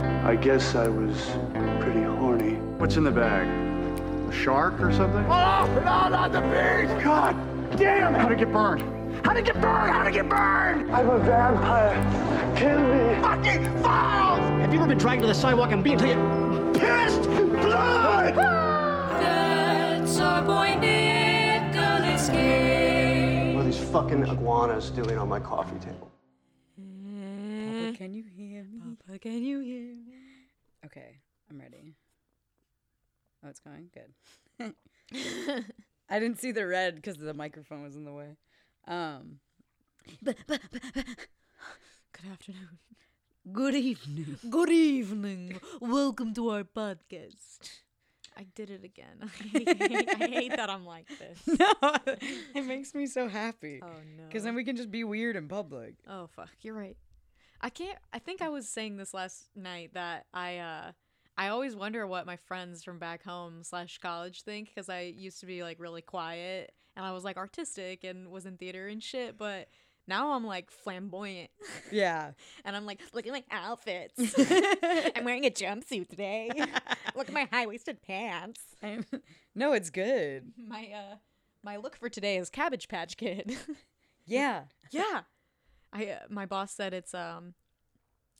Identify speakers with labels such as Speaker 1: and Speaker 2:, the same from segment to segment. Speaker 1: I guess I was pretty horny.
Speaker 2: What's in the bag? A shark or something?
Speaker 3: Oh, not on the beach!
Speaker 2: God damn! How'd it get burned? How'd it get burned? How'd it get burned?
Speaker 1: I'm a vampire. Kill me.
Speaker 3: Fucking files!
Speaker 4: Have you ever been dragged to the sidewalk and beaten till you...
Speaker 3: Pissed blood!
Speaker 5: That's our boy Nicholas Cage.
Speaker 1: What are these fucking iguanas doing on my coffee table?
Speaker 6: Papa, can you hear me?
Speaker 7: Papa, can you hear me?
Speaker 6: Okay, I'm ready. Oh, it's going? Good. I didn't see the red because the microphone was in the way. Um,
Speaker 7: Good afternoon.
Speaker 6: good evening.
Speaker 7: Good evening. Welcome to our podcast. I did it again. I hate, I hate that I'm like this.
Speaker 6: it makes me so happy.
Speaker 7: Oh no.
Speaker 6: Because then we can just be weird in public.
Speaker 7: Oh fuck, you're right. I can't I think I was saying this last night that I uh I always wonder what my friends from back home slash college think because I used to be like really quiet and I was like artistic and was in theater and shit, but now I'm like flamboyant
Speaker 6: Yeah.
Speaker 7: and I'm like, look at my outfits. I'm wearing a jumpsuit today. look at my high waisted pants.
Speaker 6: I'm- no, it's good.
Speaker 7: My uh my look for today is Cabbage Patch Kid.
Speaker 6: Yeah.
Speaker 7: Yeah. I uh, my boss said it's um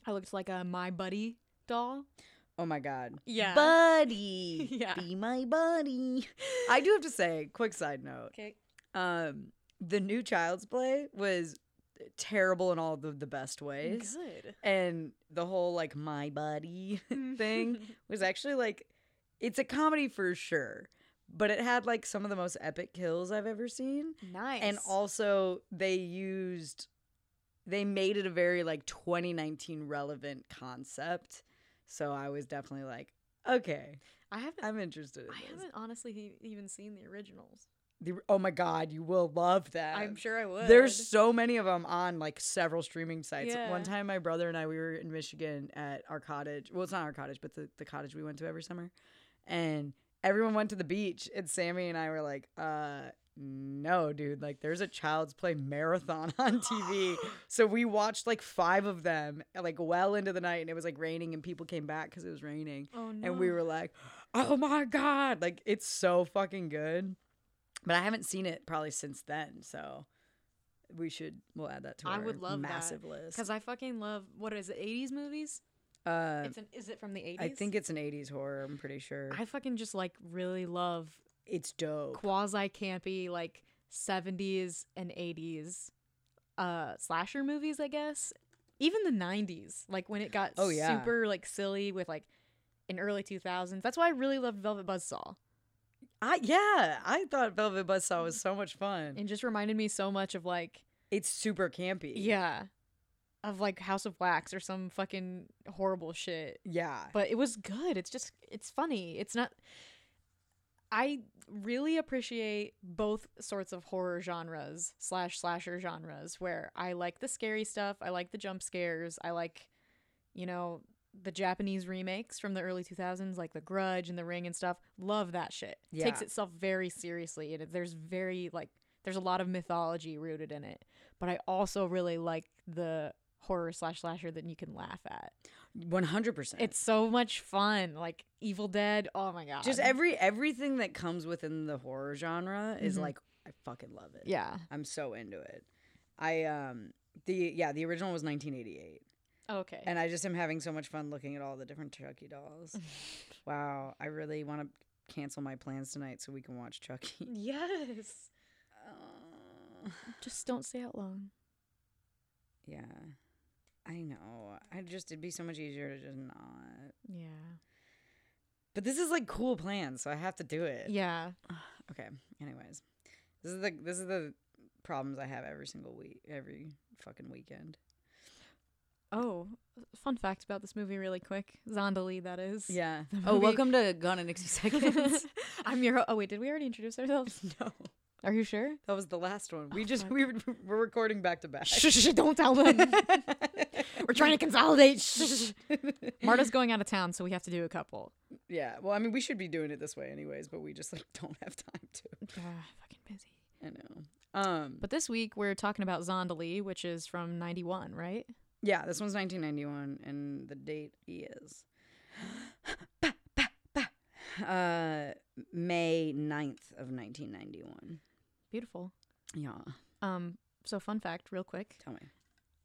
Speaker 7: I looked like a my buddy doll.
Speaker 6: Oh my God.
Speaker 7: Yeah.
Speaker 6: Buddy.
Speaker 7: Yeah.
Speaker 6: Be my buddy. I do have to say, quick side note.
Speaker 7: okay.
Speaker 6: Um, the new Child's Play was terrible in all the, the best ways.
Speaker 7: Good.
Speaker 6: and the whole like my buddy
Speaker 7: Mm.
Speaker 6: thing was actually like it's a comedy for sure but it had like some of the most epic kills i've ever seen
Speaker 7: Nice.
Speaker 6: and also they used they made it a very like 2019 relevant concept so i was definitely like okay
Speaker 7: I haven't
Speaker 6: i'm interested in
Speaker 7: I
Speaker 6: this
Speaker 7: haven't honestly e- even seen the originals.
Speaker 6: The- oh my god you will love that
Speaker 7: I'm sure I would.
Speaker 6: There's so many of them on like several streaming sites.
Speaker 7: Yeah.
Speaker 6: One time, my brother and I we were in Michigan at our cottage. Well, it's not our cottage, but the, the cottage we went to every summer, and everyone went to the beach. And Sammy and I were like, uh. No, dude, like there's a child's play marathon on TV. so we watched like five of them, like well into the night, and it was like raining, and people came back because it was raining.
Speaker 7: Oh no.
Speaker 6: And we were like, oh my God. Like, it's so fucking good. But I haven't seen it probably since then. So we should, we'll add that to
Speaker 7: I
Speaker 6: our
Speaker 7: would love that,
Speaker 6: massive list.
Speaker 7: because I fucking love what is it 80s movies?
Speaker 6: uh,
Speaker 7: it's an, is it from the 80s?
Speaker 6: I think it's an 80s horror, I'm pretty sure.
Speaker 7: I fucking just like really love
Speaker 6: it's dope.
Speaker 7: quasi campy like 70s and 80s uh slasher movies i guess even the 90s like when it got
Speaker 6: Oh, yeah.
Speaker 7: super like silly with like in early 2000s that's why i really loved velvet buzzsaw
Speaker 6: I, yeah, I thought Velvet Buzzsaw was so much fun.
Speaker 7: and just reminded me so much of like
Speaker 6: It's super campy.
Speaker 7: yeah of like house of wax or some fucking horrible shit
Speaker 6: Yeah.
Speaker 7: but it was good it's just it's funny it's not i really appreciate both sorts of horror genres slash slasher genres where i like the scary stuff i like the jump scares i like you know the japanese remakes from the early 2000s like the grudge and the ring and stuff love that shit takes
Speaker 6: Yeah.
Speaker 7: itself very seriously and it- there's very like there's a lot of mythology rooted in it but i also really like the horror slash slasher that you can laugh at
Speaker 6: 100%.
Speaker 7: it's so much fun. Like Evil Dead. Oh my god.
Speaker 6: just every everything that comes within the horror genre is
Speaker 7: Mhm.
Speaker 6: like, I fucking love it.
Speaker 7: Yeah.
Speaker 6: I'm so into it. I um the yeah, the original was 1988.
Speaker 7: Okay.
Speaker 6: And I just am having so much fun looking at all the different Chucky dolls. wow, I really want to cancel my plans tonight so we can watch Chucky.
Speaker 7: yes.
Speaker 6: Uh,
Speaker 7: Just don't stay out long.
Speaker 6: yeah. I know. I just it'd be so much easier to just not.
Speaker 7: Yeah.
Speaker 6: But this is like cool plans, so I have to do it.
Speaker 7: Uh, Yeah.
Speaker 6: Okay. Anyways. This is the this is the problems I have every single week, every fucking weekend.
Speaker 7: Oh, fun fact about this movie, really quick. Zondali, that is.
Speaker 6: Yeah.
Speaker 7: The
Speaker 6: Oh,
Speaker 7: movie-
Speaker 6: welcome to Gone in 60 Seconds.
Speaker 7: I'm your. Ho- oh wait, did we already introduce ourselves?
Speaker 6: no.
Speaker 7: Are you sure?
Speaker 6: That was the last one. We just
Speaker 7: fuck.
Speaker 6: we were, we're recording back to back.
Speaker 7: Shh, shh, shh, don't tell them. We're trying to consolidate. Shh, shh, shh. Marta's going out of town, so we have to do a couple.
Speaker 6: yeah. Well, I mean, we should be doing it this way anyways, but we just like don't have time to.
Speaker 7: Ah, fucking busy.
Speaker 6: I know. Um. But
Speaker 7: But this week we're talking about Zondali, which is from '91, right?
Speaker 6: yeah, this one's 1991, and the date is uh, May 9th of 1991.
Speaker 7: Beautiful.
Speaker 6: Yeah,
Speaker 7: Um, so fun fact, real quick.
Speaker 6: tell me.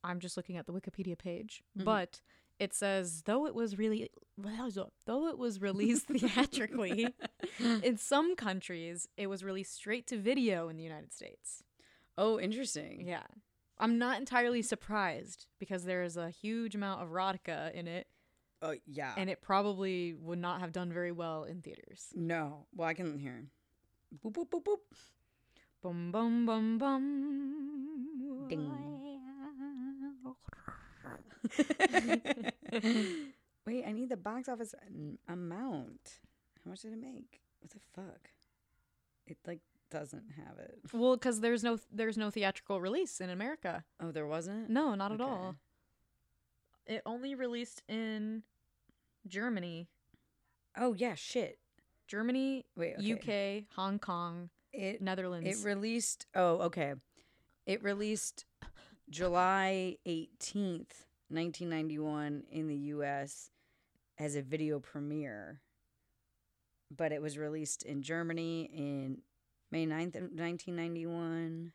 Speaker 7: I'm just looking at the Wikipedia page, but it says though it was really though it was released theatrically in some countries, it was released straight to video in the United States.
Speaker 6: Oh, interesting.
Speaker 7: Yeah. I'm not entirely surprised because there is a huge amount of erotica in it
Speaker 6: Oh, yeah.
Speaker 7: and it probably would not have done very well in theaters.
Speaker 6: no, well, I can hear. Boop, boop, boop, boop.
Speaker 7: Bum bum bum bum.
Speaker 6: Wait, I need the box office n- amount. How much did it make? What the fuck? It like doesn't have it.
Speaker 7: Well, cuz there's no there's no theatrical release in America.
Speaker 6: Oh, there wasn't.
Speaker 7: No, not at
Speaker 6: Okay.
Speaker 7: all. It only released in Germany,
Speaker 6: Oh yeah, shit.
Speaker 7: Germany,
Speaker 6: Wait,
Speaker 7: UK, Hong Kong,
Speaker 6: It
Speaker 7: Netherlands.
Speaker 6: it released. Oh, okay. It released July eighteenth, nineteen ninety one, in the U.S. as a video premiere, but it was released in Germany in May 9th, of nineteen ninety one.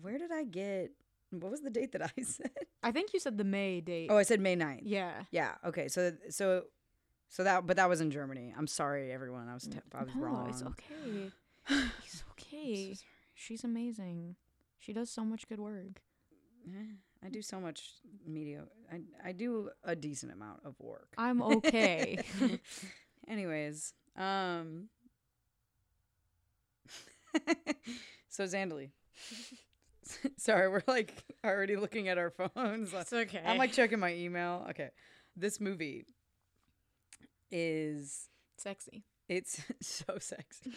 Speaker 6: Where did I get? What was the date that I said?
Speaker 7: I think you said the May date.
Speaker 6: Oh, I said May 9th.
Speaker 7: yeah.
Speaker 6: Yeah. Okay. So so so that but that was in Germany. I'm sorry, everyone. I was te- I was
Speaker 7: no,
Speaker 6: wrong.
Speaker 7: it's okay. it's okay. She's amazing. She does so much good work.
Speaker 6: I do so much media. I I do a decent amount of work.
Speaker 7: I'm okay.
Speaker 6: Anyways, um. so Zandali. Sorry, we're like already looking at our phones.
Speaker 7: it's okay.
Speaker 6: I'm like checking my email. Okay, this movie is
Speaker 7: sexy.
Speaker 6: it's so sexy.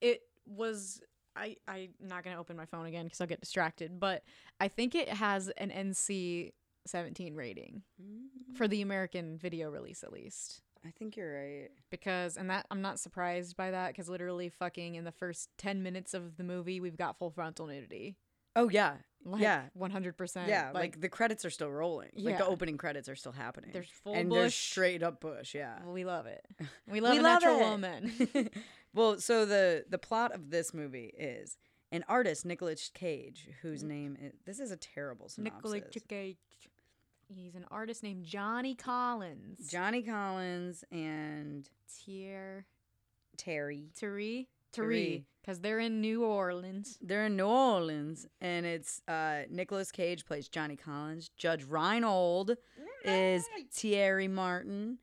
Speaker 7: It was. I, I'm not going to open my phone again because I'll get distracted, but I think it has an NC 17 rating for the American video release, at least.
Speaker 6: I think you're right.
Speaker 7: because and that I'm not surprised by that because literally fucking in the first 10 minutes of the movie we've got full frontal nudity.
Speaker 6: Oh yeah,
Speaker 7: Like
Speaker 6: Yeah.
Speaker 7: 100%.
Speaker 6: yeah. Like, the credits are still rolling. Like the
Speaker 7: Yeah.
Speaker 6: opening credits are still happening.
Speaker 7: There's full
Speaker 6: and there's
Speaker 7: bush.
Speaker 6: straight up bush. Yeah.
Speaker 7: we love it. We love a
Speaker 6: love
Speaker 7: natural
Speaker 6: it.
Speaker 7: woman.
Speaker 6: well, so the the plot of this movie is an artist, Nicolas Cage, whose name is this is a terrible synopsis.
Speaker 7: Mm. Nicolas Cage. He's an artist named Johnny Collins.
Speaker 6: Johnny Collins and
Speaker 7: Tier
Speaker 6: Terry.
Speaker 7: Tari
Speaker 6: Tari.
Speaker 7: Tari cuz they're in New Orleans.
Speaker 6: They're in New Orleans, and it's uh, Nicolas Cage plays Johnny Collins. Judge Reinhold is Thierry Martin,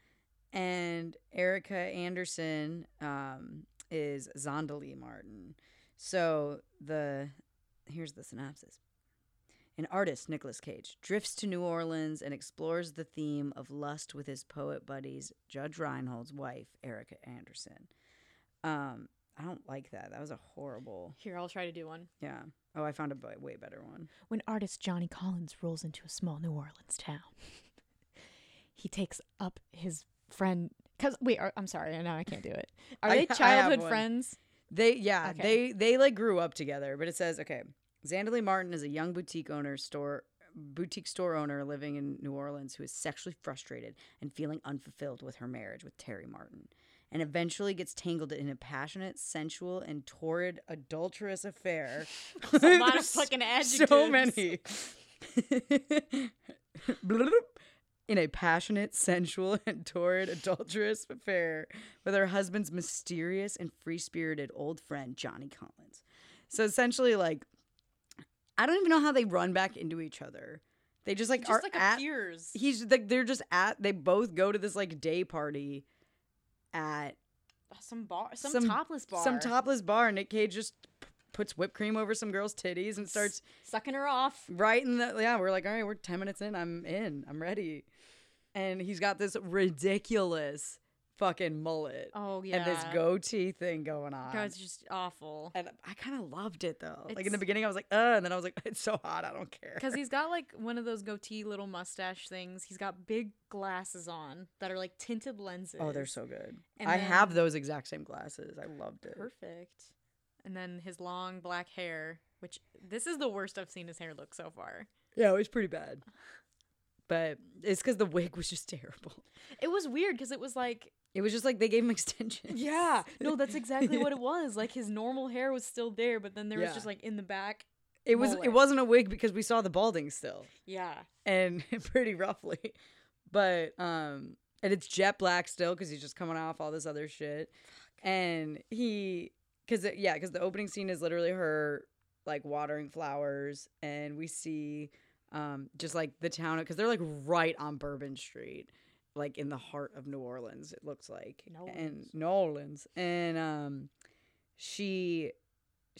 Speaker 6: and Erica Anderson um, is Zondali Martin. So the here's the synopsis. An artist, Nicolas Cage, drifts to New Orleans and explores the theme of lust with his poet buddies, Judge Reinhold's wife, Erica Anderson. Um, I don't like that. That was a horrible.
Speaker 7: Here, I'll try to do one.
Speaker 6: Yeah. Oh, I found a b- way better one.
Speaker 7: When artist Johnny Collins rolls into a small New Orleans town, he takes up his friend. Cause wait, are, I'm sorry, now I can't do it. Are
Speaker 6: I- I
Speaker 7: they
Speaker 6: have
Speaker 7: childhood
Speaker 6: one.
Speaker 7: friends?
Speaker 6: They yeah,
Speaker 7: Okay.
Speaker 6: they they like grew up together, but it says, okay, Zandali Martin is a young boutique owner store boutique store owner living in New Orleans who is sexually frustrated and feeling unfulfilled with her marriage with Terry Martin and eventually gets tangled in a passionate, sensual and torrid adulterous affair.
Speaker 7: a lot of fucking
Speaker 6: So
Speaker 7: adjectives.
Speaker 6: many. Bloop. in a passionate, sensual, and torrid adulterous affair with her husband's mysterious and free spirited old friend, Johnny Collins. So essentially, like, I don't even know how they run back into each other. They just like are at,
Speaker 7: appears.
Speaker 6: he's like they're just at they both go to this like day party at
Speaker 7: some bar,
Speaker 6: some topless bar. Nick Cage just p- puts whipped cream over some girl's titties and starts
Speaker 7: sucking her off.
Speaker 6: Right in the yeah, we're like, all right, we're ten minutes in. I'm in. I'm ready. And he's got this ridiculous fucking mullet.
Speaker 7: Oh,
Speaker 6: And this
Speaker 7: yeah.
Speaker 6: goatee thing going on.
Speaker 7: God, it's just awful.
Speaker 6: And I kind of loved it though. like in the
Speaker 7: It's-
Speaker 6: beginning, I was like, uh, and then I was like, it's so hot, I don't care.
Speaker 7: Because he's got like one of those goatee little mustache things. He's got big glasses on that are like tinted lenses.
Speaker 6: Oh, they're so good.
Speaker 7: And
Speaker 6: I have
Speaker 7: then-
Speaker 6: those exact same glasses. I loved it.
Speaker 7: perfect. And then his long black hair, which this is the worst I've seen his hair look so far.
Speaker 6: Yeah, it was pretty bad. But it's because the wig was just terrible.
Speaker 7: It was weird because it was like
Speaker 6: It was just like they gave him extensions.
Speaker 7: Yeah. No, that's exactly what it was. Like his normal hair was still there, but then there was
Speaker 6: Yeah.
Speaker 7: just like in the back.
Speaker 6: It was
Speaker 7: mullet.
Speaker 6: it wasn't a wig because we saw the balding still.
Speaker 7: Yeah.
Speaker 6: And pretty roughly. But um and it's jet black still cuz he's just coming off all this other shit. And he cuz yeah, cuz the opening scene is literally her like watering flowers and we see um just like the town cuz they're like right on Bourbon Street like in the heart of New Orleans it looks like.
Speaker 7: New
Speaker 6: And New Orleans. And um she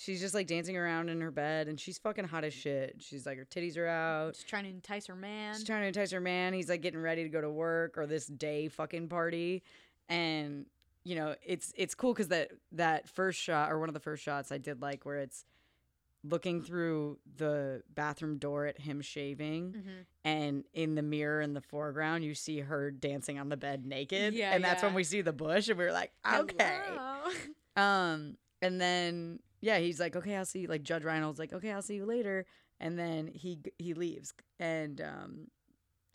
Speaker 6: she's just like dancing around in her bed and she's fucking hot as shit. She's like her titties are out.
Speaker 7: Just trying to entice her man.
Speaker 6: She's trying to entice her man. He's like getting ready to go to work or this day fucking party. And you know, it's it's cool cuz that that first shot or one of the first shots I did like where it's looking through the bathroom door at him shaving
Speaker 7: Mm-hmm. Mm.
Speaker 6: and in the mirror in the foreground you see her dancing on the bed naked
Speaker 7: Yeah,
Speaker 6: and that's when
Speaker 7: yeah.
Speaker 6: we see the bush and we were like okay um, and then yeah, he's like, okay, I'll see. You. Like Judge Reinhold's like, okay, I'll see you later. And then he g- he leaves and um,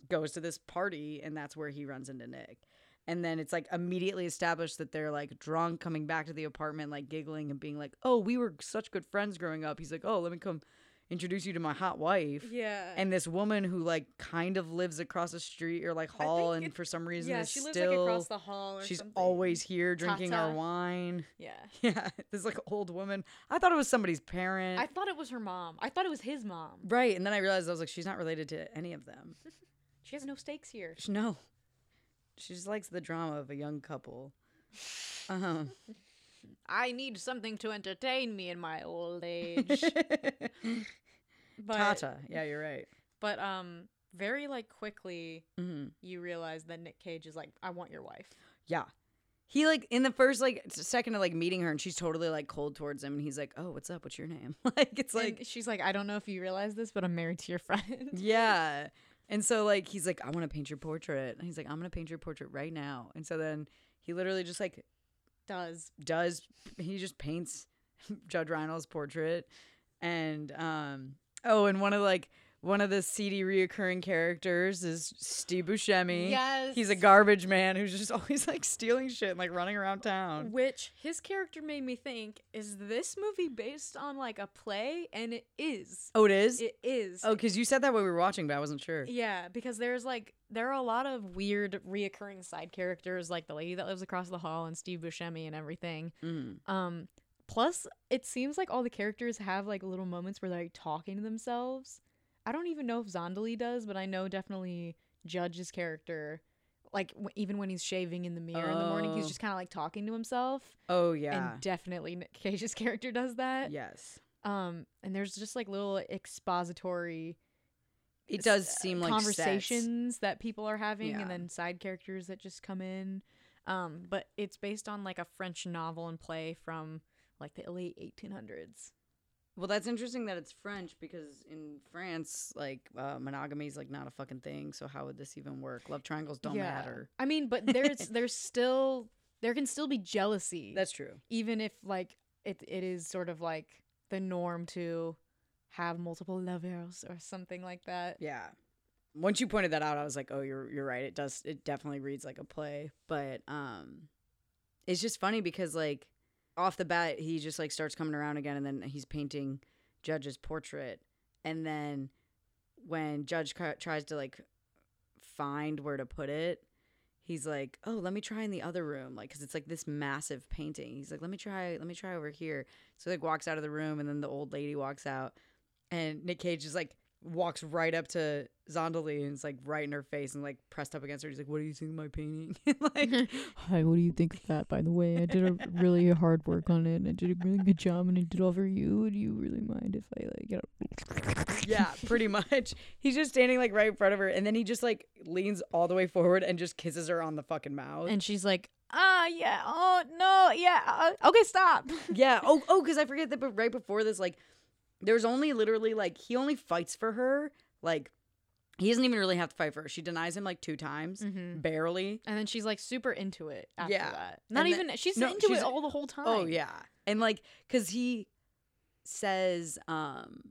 Speaker 6: goes to this party, and that's where he runs into Nick. And then it's like immediately established that they're like drunk, coming back to the apartment, like giggling and being like, oh, we were such good friends growing up. He's like, oh, let me come introduce you to my hot wife.
Speaker 7: Yeah.
Speaker 6: And this woman who like kind of lives across the street or like hall,
Speaker 7: think
Speaker 6: and
Speaker 7: it-
Speaker 6: for some reason
Speaker 7: yeah,
Speaker 6: is
Speaker 7: she lives
Speaker 6: still
Speaker 7: like across the hall or
Speaker 6: she's
Speaker 7: something.
Speaker 6: always here drinking our
Speaker 7: Tata.
Speaker 6: wine.
Speaker 7: Yeah.
Speaker 6: Yeah, this like old woman. I thought it was somebody's parent.
Speaker 7: I thought it was her mom. I thought it was his mom.
Speaker 6: right, and then I realized I was like, she's not related to any of them.
Speaker 7: She has no stakes here.
Speaker 6: Sh- No, she just likes the drama of a young couple. Um,
Speaker 7: I need something to entertain me in my old age. but
Speaker 6: Tata. Yeah, you're right.
Speaker 7: but um very like quickly
Speaker 6: hmm
Speaker 7: you realize that Nick Cage is like, I want your wife.
Speaker 6: Yeah, he like in the first like s- second of like meeting her, and she's totally like cold towards him, and he's like, "Oh, what's up? What's your name?" Like it's
Speaker 7: And
Speaker 6: like
Speaker 7: she's like, I don't know if you realize this, but I'm married to your friend.
Speaker 6: Yeah. And so like he's like, I want to paint your portrait. And he's like, I'm gonna paint your portrait right now. And so then he literally just like
Speaker 7: Does
Speaker 6: does he just paints Judge Reinald's portrait. And um oh, and one of like one of the seedy reoccurring characters is Steve Buscemi.
Speaker 7: Yes.
Speaker 6: He's a garbage man who's just always like stealing shit and like running around town.
Speaker 7: Which his character made me think, is this movie based on like a play? And it is.
Speaker 6: Oh, it is?
Speaker 7: It is.
Speaker 6: oh, because you said that when we were watching, but I wasn't sure.
Speaker 7: Yeah, because there's like there are a lot of weird reoccurring side characters, like the lady that lives across the hall and Steve Buscemi and everything.
Speaker 6: Mm.
Speaker 7: Um, plus, it seems like all the characters have like little moments where they're like, talking to themselves. I don't even know if Zondali does, but I know definitely Judge's character. Like w- even when he's shaving in the mirror in the morning, he's
Speaker 6: Oh.
Speaker 7: just kind of like talking to himself,
Speaker 6: Oh yeah.
Speaker 7: and definitely Nick Cage's character does that.
Speaker 6: yes.
Speaker 7: Um, and there's just like little expository
Speaker 6: It
Speaker 7: s-
Speaker 6: does
Speaker 7: uh,
Speaker 6: seem like sets.
Speaker 7: conversations that people are having
Speaker 6: Yeah.
Speaker 7: and then side characters that just come in um but it's based on like a french novel and play from like the late 1800s
Speaker 6: Well, that's interesting that it's French because in France, like uh, monogamy is like not a fucking thing. So how would this even work? Love triangles don't matter.
Speaker 7: i mean but there's there's still there can still be jealousy
Speaker 6: That's true.
Speaker 7: even if like it it is sort of like the norm to have multiple lovers or something like that
Speaker 6: Yeah. Once you pointed that out, I was like, oh, you're you're right. It does. It definitely reads like a play. But um, it's just funny because like off the bat, he just like starts coming around again, and then he's painting Judge's portrait, and then when Judge ca- tries to like find where to put it, he's like, "Oh, let me try in the other room," like because it's like this massive painting. He's like, "Let me try, let me try over here." So like walks out of the room, and then the old lady walks out, and Nick Cage just like walks right up to Zondali and it's like right in her face and like pressed up against her. He's like, "What do you think of my painting?" like,
Speaker 8: Hi, what do you think of that, by the way? I did a really hard work on it, and I did a really good job, and I did all for you. Would you really mind if I, like, get up?
Speaker 6: yeah, pretty much. He's just standing like right in front of her, and then he just like leans all the way forward and just kisses her on the fucking mouth.
Speaker 7: and she's like ah yeah oh no yeah uh, okay stop
Speaker 6: yeah. Oh, oh, because I forget that. But right before this, like, there's only literally like he only fights for her. Like, he doesn't even really have to fight for her. She denies him like two times,
Speaker 7: Mm-hmm.
Speaker 6: barely.
Speaker 7: And then she's like super into it after
Speaker 6: Yeah.
Speaker 7: that. Not
Speaker 6: And the-
Speaker 7: even she's
Speaker 6: no,
Speaker 7: into
Speaker 6: she's-
Speaker 7: it all the whole time.
Speaker 6: Oh yeah, and like, cause he says, um,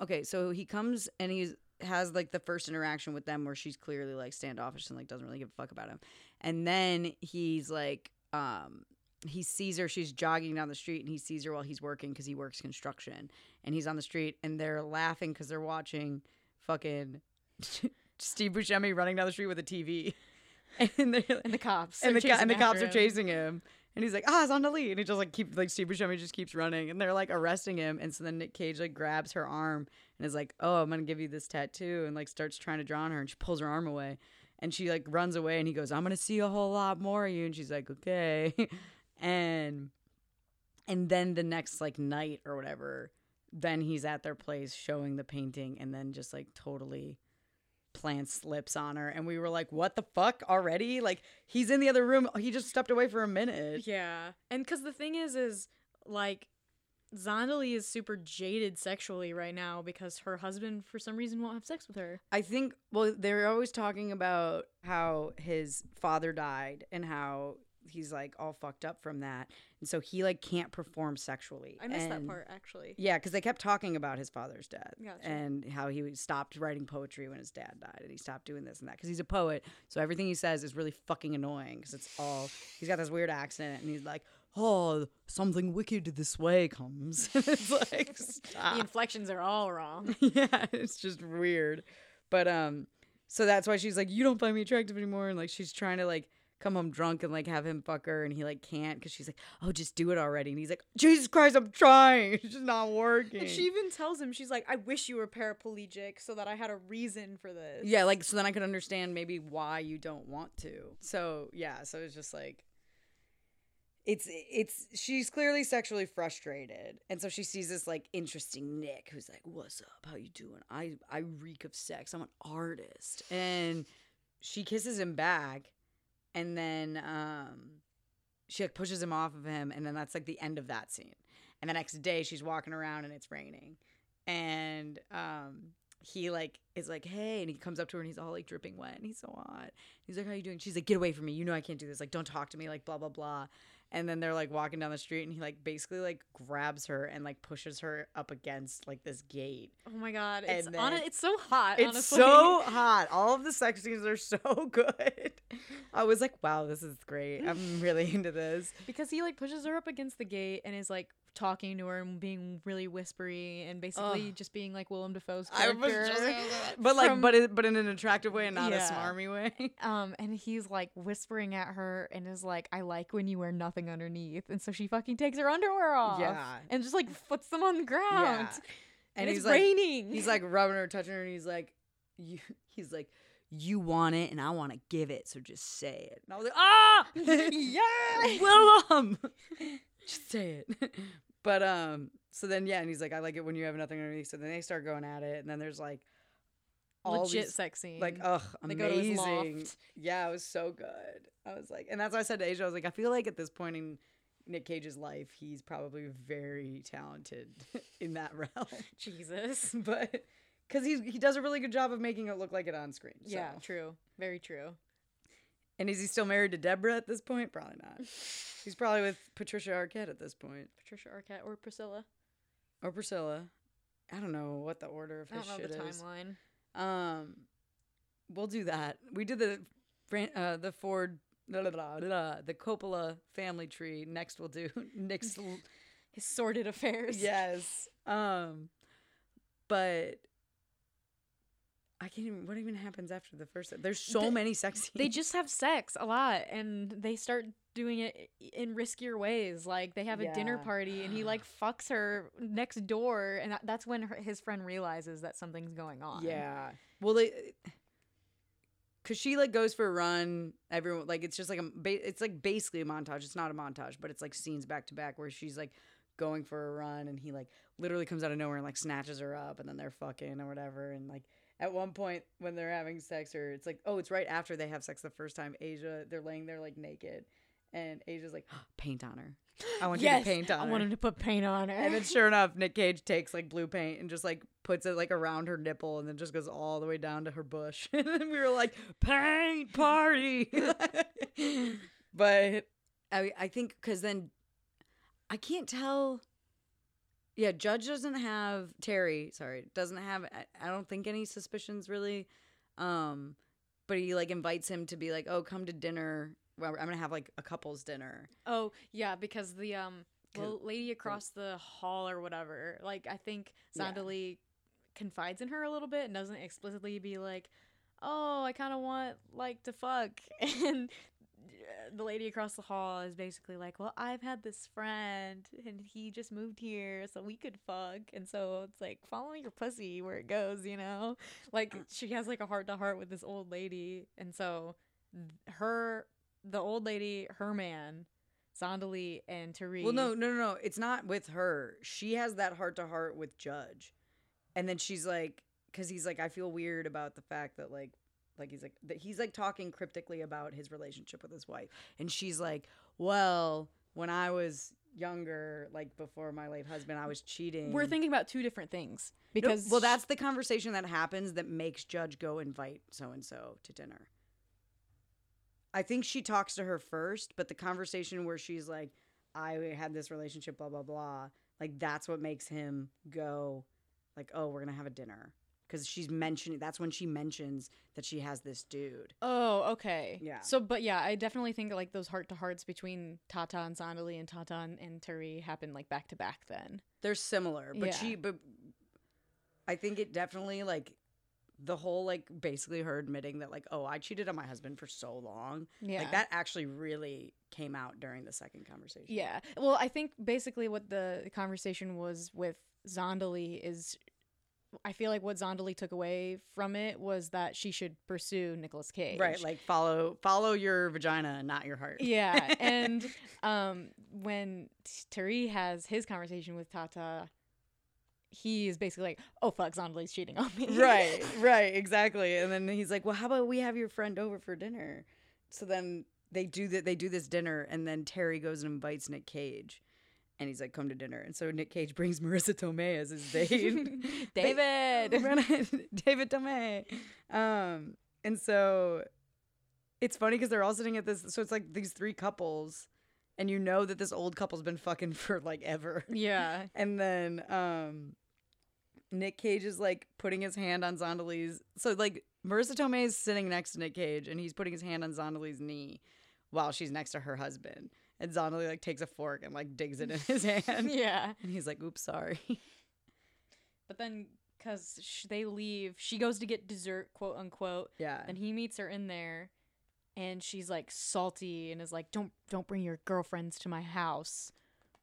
Speaker 6: okay, so he comes and he's has like the first interaction with them where she's clearly like standoffish and like doesn't really give a fuck about him. And then he's like, um, he sees her. She's jogging down the street, and he sees her while he's working because he works construction. And he's on the street, and they're laughing because they're watching fucking Steve Buscemi running down the street with a TV. And, they're,
Speaker 7: And the cops.
Speaker 6: and
Speaker 7: are
Speaker 6: the, co-
Speaker 7: chasing
Speaker 6: and the cops
Speaker 7: after
Speaker 6: are
Speaker 7: him.
Speaker 6: chasing him. And he's like, ah, it's on the lead. And he just like keep like Steve Buscemi just keeps running, and they're like arresting him. And so then Nick Cage like grabs her arm and is like, oh, I'm gonna give you this tattoo, and like starts trying to draw on her, and she pulls her arm away, and she like runs away, and he goes, I'm gonna see a whole lot more of you, and she's like, okay, and and then the next like night or whatever, then he's at their place showing the painting, and then just like totally plants lips on her and we were like what the fuck already like he's in the other room he just stepped away for a minute
Speaker 7: Yeah. And because the thing is, is like, Zondali is super jaded sexually right now because her husband, for some reason, won't have sex with her.
Speaker 6: i think well they're always talking about how his father died and how he's like all fucked up from that and so he like can't perform sexually
Speaker 7: I missed that
Speaker 6: And-
Speaker 7: part, actually.
Speaker 6: yeah because they kept talking about his father's death
Speaker 7: Gotcha.
Speaker 6: and how he stopped writing poetry when his dad died and he stopped doing this and that because he's a poet so everything he says is really fucking annoying because it's all he's got this weird accent and he's like oh something wicked this way comes it's like stop
Speaker 7: The inflections are all wrong.
Speaker 6: yeah, it's just weird. But um so that's why she's like, You don't find me attractive anymore and like she's trying to like come home drunk and like have him fuck her and he like can't because she's like, Oh, just do it already and he's like, Jesus Christ, I'm trying. It's just not working.
Speaker 7: And she even tells him, she's like, I wish you were paraplegic so that I had a reason for this.
Speaker 6: Yeah, like so then I could understand maybe why you don't want to. So yeah, so it's just like it's it's she's clearly sexually frustrated. And so she sees this like interesting Nick who's like, What's up? How you doing? I I reek of sex. I'm an artist. And she kisses him back and then um she like pushes him off of him and then that's like the end of that scene. And the next day she's walking around and it's raining. And um he like is like, hey, and he comes up to her and he's all like dripping wet and he's so hot. He's like, how you doing? She's like, get away from me. You know I can't do this. Like, don't talk to me. Like, blah blah blah. And then they're like walking down the street and he like basically like grabs her and like pushes her up against like this gate.
Speaker 7: Oh my god. It's
Speaker 6: And
Speaker 7: on
Speaker 6: then-
Speaker 7: it's so hot.
Speaker 6: It's
Speaker 7: honestly.
Speaker 6: so hot. All of the sex scenes are so good. I was like, wow, this is great. I'm really into this.
Speaker 7: because he like pushes her up against the gate and is like talking to her and being really whispery and basically
Speaker 6: Ugh.
Speaker 7: just being like Willem Dafoe's
Speaker 6: I
Speaker 7: character.
Speaker 6: was just, but like,
Speaker 7: from-
Speaker 6: but it, but in an attractive way and not
Speaker 7: Yeah.
Speaker 6: a smarmy way.
Speaker 7: um, and he's like whispering at her and is like, "I like when you wear nothing underneath," and so she fucking takes her underwear off,
Speaker 6: Yeah.
Speaker 7: and just like puts them on the ground,
Speaker 6: Yeah.
Speaker 7: and, it's
Speaker 6: like-
Speaker 7: raining.
Speaker 6: He's like rubbing her, touching her, and he's like, you, he's like, you want it and I want to give it, so just say it. And I was like, ah, yeah, Willem, just say it. But um, so then yeah, and he's like, I like it when you have nothing underneath. So then they start going at it, and then there's like all
Speaker 7: legit
Speaker 6: these-
Speaker 7: sex scene,
Speaker 6: like oh, ugh,
Speaker 7: They go to his
Speaker 6: amazing.
Speaker 7: loft.
Speaker 6: Yeah, it was so good. I was like, and that's why I said to Asia, I was like, I feel like at this point in Nick Cage's life, he's probably very talented in that realm
Speaker 7: Jesus.
Speaker 6: but because he he does a really good job of making it look like it on screen.
Speaker 7: Yeah,
Speaker 6: so.
Speaker 7: true, very true.
Speaker 6: And is he still married to Deborah at this point? Probably not. He's probably with Patricia Arquette at this point,
Speaker 7: Patricia Arquette or Priscilla.
Speaker 6: or Priscilla. I don't know what the order of
Speaker 7: I
Speaker 6: his
Speaker 7: don't know
Speaker 6: shit
Speaker 7: the
Speaker 6: is.
Speaker 7: timeline.
Speaker 6: Um, we'll do that. We did the Fran- uh, the Ford. blah, blah, blah, blah, the Coppola family tree. Next, we'll do Nick's l-
Speaker 7: His sordid affairs.
Speaker 6: Yes. Um, but I can't even. What even happens after the first? There's so
Speaker 7: The-
Speaker 6: many sex scenes.
Speaker 7: they just have sex a lot and they start doing it i- in riskier ways like they have a dinner
Speaker 6: Yeah.
Speaker 7: party and he like fucks her next door and that- that's when her, his friend realizes that something's going on
Speaker 6: Yeah. Well, they. Cause she like goes for a run. Everyone like it's just like a ba- it's like basically a montage. It's not a montage, but it's like scenes back to back where she's like going for a run and he like literally comes out of nowhere and like snatches her up and then they're fucking or whatever and like at one point when they're having sex or it's like oh it's right after they have sex the first time Asia they're laying there like naked and Asia's like paint on her. I want you to paint on
Speaker 7: i
Speaker 6: her.
Speaker 7: wanted to put paint on her
Speaker 6: And then sure enough, Nick Cage takes like blue paint and just like puts it like around her nipple and then just goes all the way down to her bush. and then we were like, paint party. but I I think because then I can't tell. Yeah, Judge doesn't have Terry. Sorry, doesn't have. I, I don't think any suspicions really. Um, but he like invites him to be like, oh, come to dinner. Well, I'm gonna have like a couples dinner.
Speaker 7: Oh yeah, because the um the
Speaker 6: 'Cause-
Speaker 7: lady across the hall or whatever, like I think
Speaker 6: Yeah.
Speaker 7: Zandali confides in her a little bit and doesn't explicitly be like, "Oh, I kind of want like to fuck," and the lady across the hall is basically like, "Well, I've had this friend and he just moved here, so we could fuck," and so it's like follow your pussy where it goes, you know? Like
Speaker 6: Mm.
Speaker 7: she has like a heart to heart with this old lady, and so her the old lady, her man, Zondali and Tariq.
Speaker 6: Well, no, no, no, no. It's not with her. She has that heart to heart with Judge, and then she's like, because he's like, I feel weird about the fact that like, like he's like that he's like talking cryptically about his relationship with his wife, and she's like, well, when I was younger, like before my late husband, I was cheating.
Speaker 7: We're thinking about two different things
Speaker 6: mm. No,
Speaker 7: because
Speaker 6: well, that's the conversation that happens that makes Judge go invite so and so to dinner. I think she talks to her first, but the conversation where she's like, I had this relationship, blah, blah, blah, like that's what makes him go, like, oh, we're going to have a dinner. Because she's mentioning, that's when she mentions that she has this dude.
Speaker 7: Oh, okay.
Speaker 6: Yeah.
Speaker 7: So, but yeah, I definitely think like those heart to hearts between Tata and Sandali and Tata and, and Turi happened like back to back then.
Speaker 6: They're similar, but
Speaker 7: Yeah.
Speaker 6: she, but I think it definitely like the whole like basically her admitting that like, oh, I cheated on my husband for so long.
Speaker 7: Yeah.
Speaker 6: Like that actually really came out during the second conversation.
Speaker 7: Yeah. Well, I think basically what the conversation was with Zondali is I feel like what Zondali took away from it was that she should pursue Nicolas Cage.
Speaker 6: Right, like follow follow your vagina, and not your heart.
Speaker 7: yeah and um when Tari has his conversation with Tata he is basically like oh fuck Zondali's cheating on me
Speaker 6: right, right, exactly. And then he's like, "Well, how about we have your friend over for dinner?" So then they do that. They do this dinner, and then Terry goes and invites Nick Cage, and he's like, "Come to dinner." And so Nick Cage brings Marissa Tomei as his date.
Speaker 7: David
Speaker 6: David. David Tomei. Um, and so it's funny because they're all sitting at this. So it's like these three couples, and you know that this old couple's been fucking for like ever.
Speaker 7: yeah
Speaker 6: And then um, Nick Cage is like putting his hand on Zondali's. So like Marissa Tomei is sitting next to Nick Cage, and he's putting his hand on Zondali's knee while she's next to her husband. And Zondali like takes a fork and like digs it in his hand.
Speaker 7: yeah
Speaker 6: And he's like, "Oops, sorry."
Speaker 7: but then because sh- they leave she goes to get dessert quote unquote
Speaker 6: yeah.
Speaker 7: and he meets her in there and she's like salty and is like don't don't bring your girlfriends to my house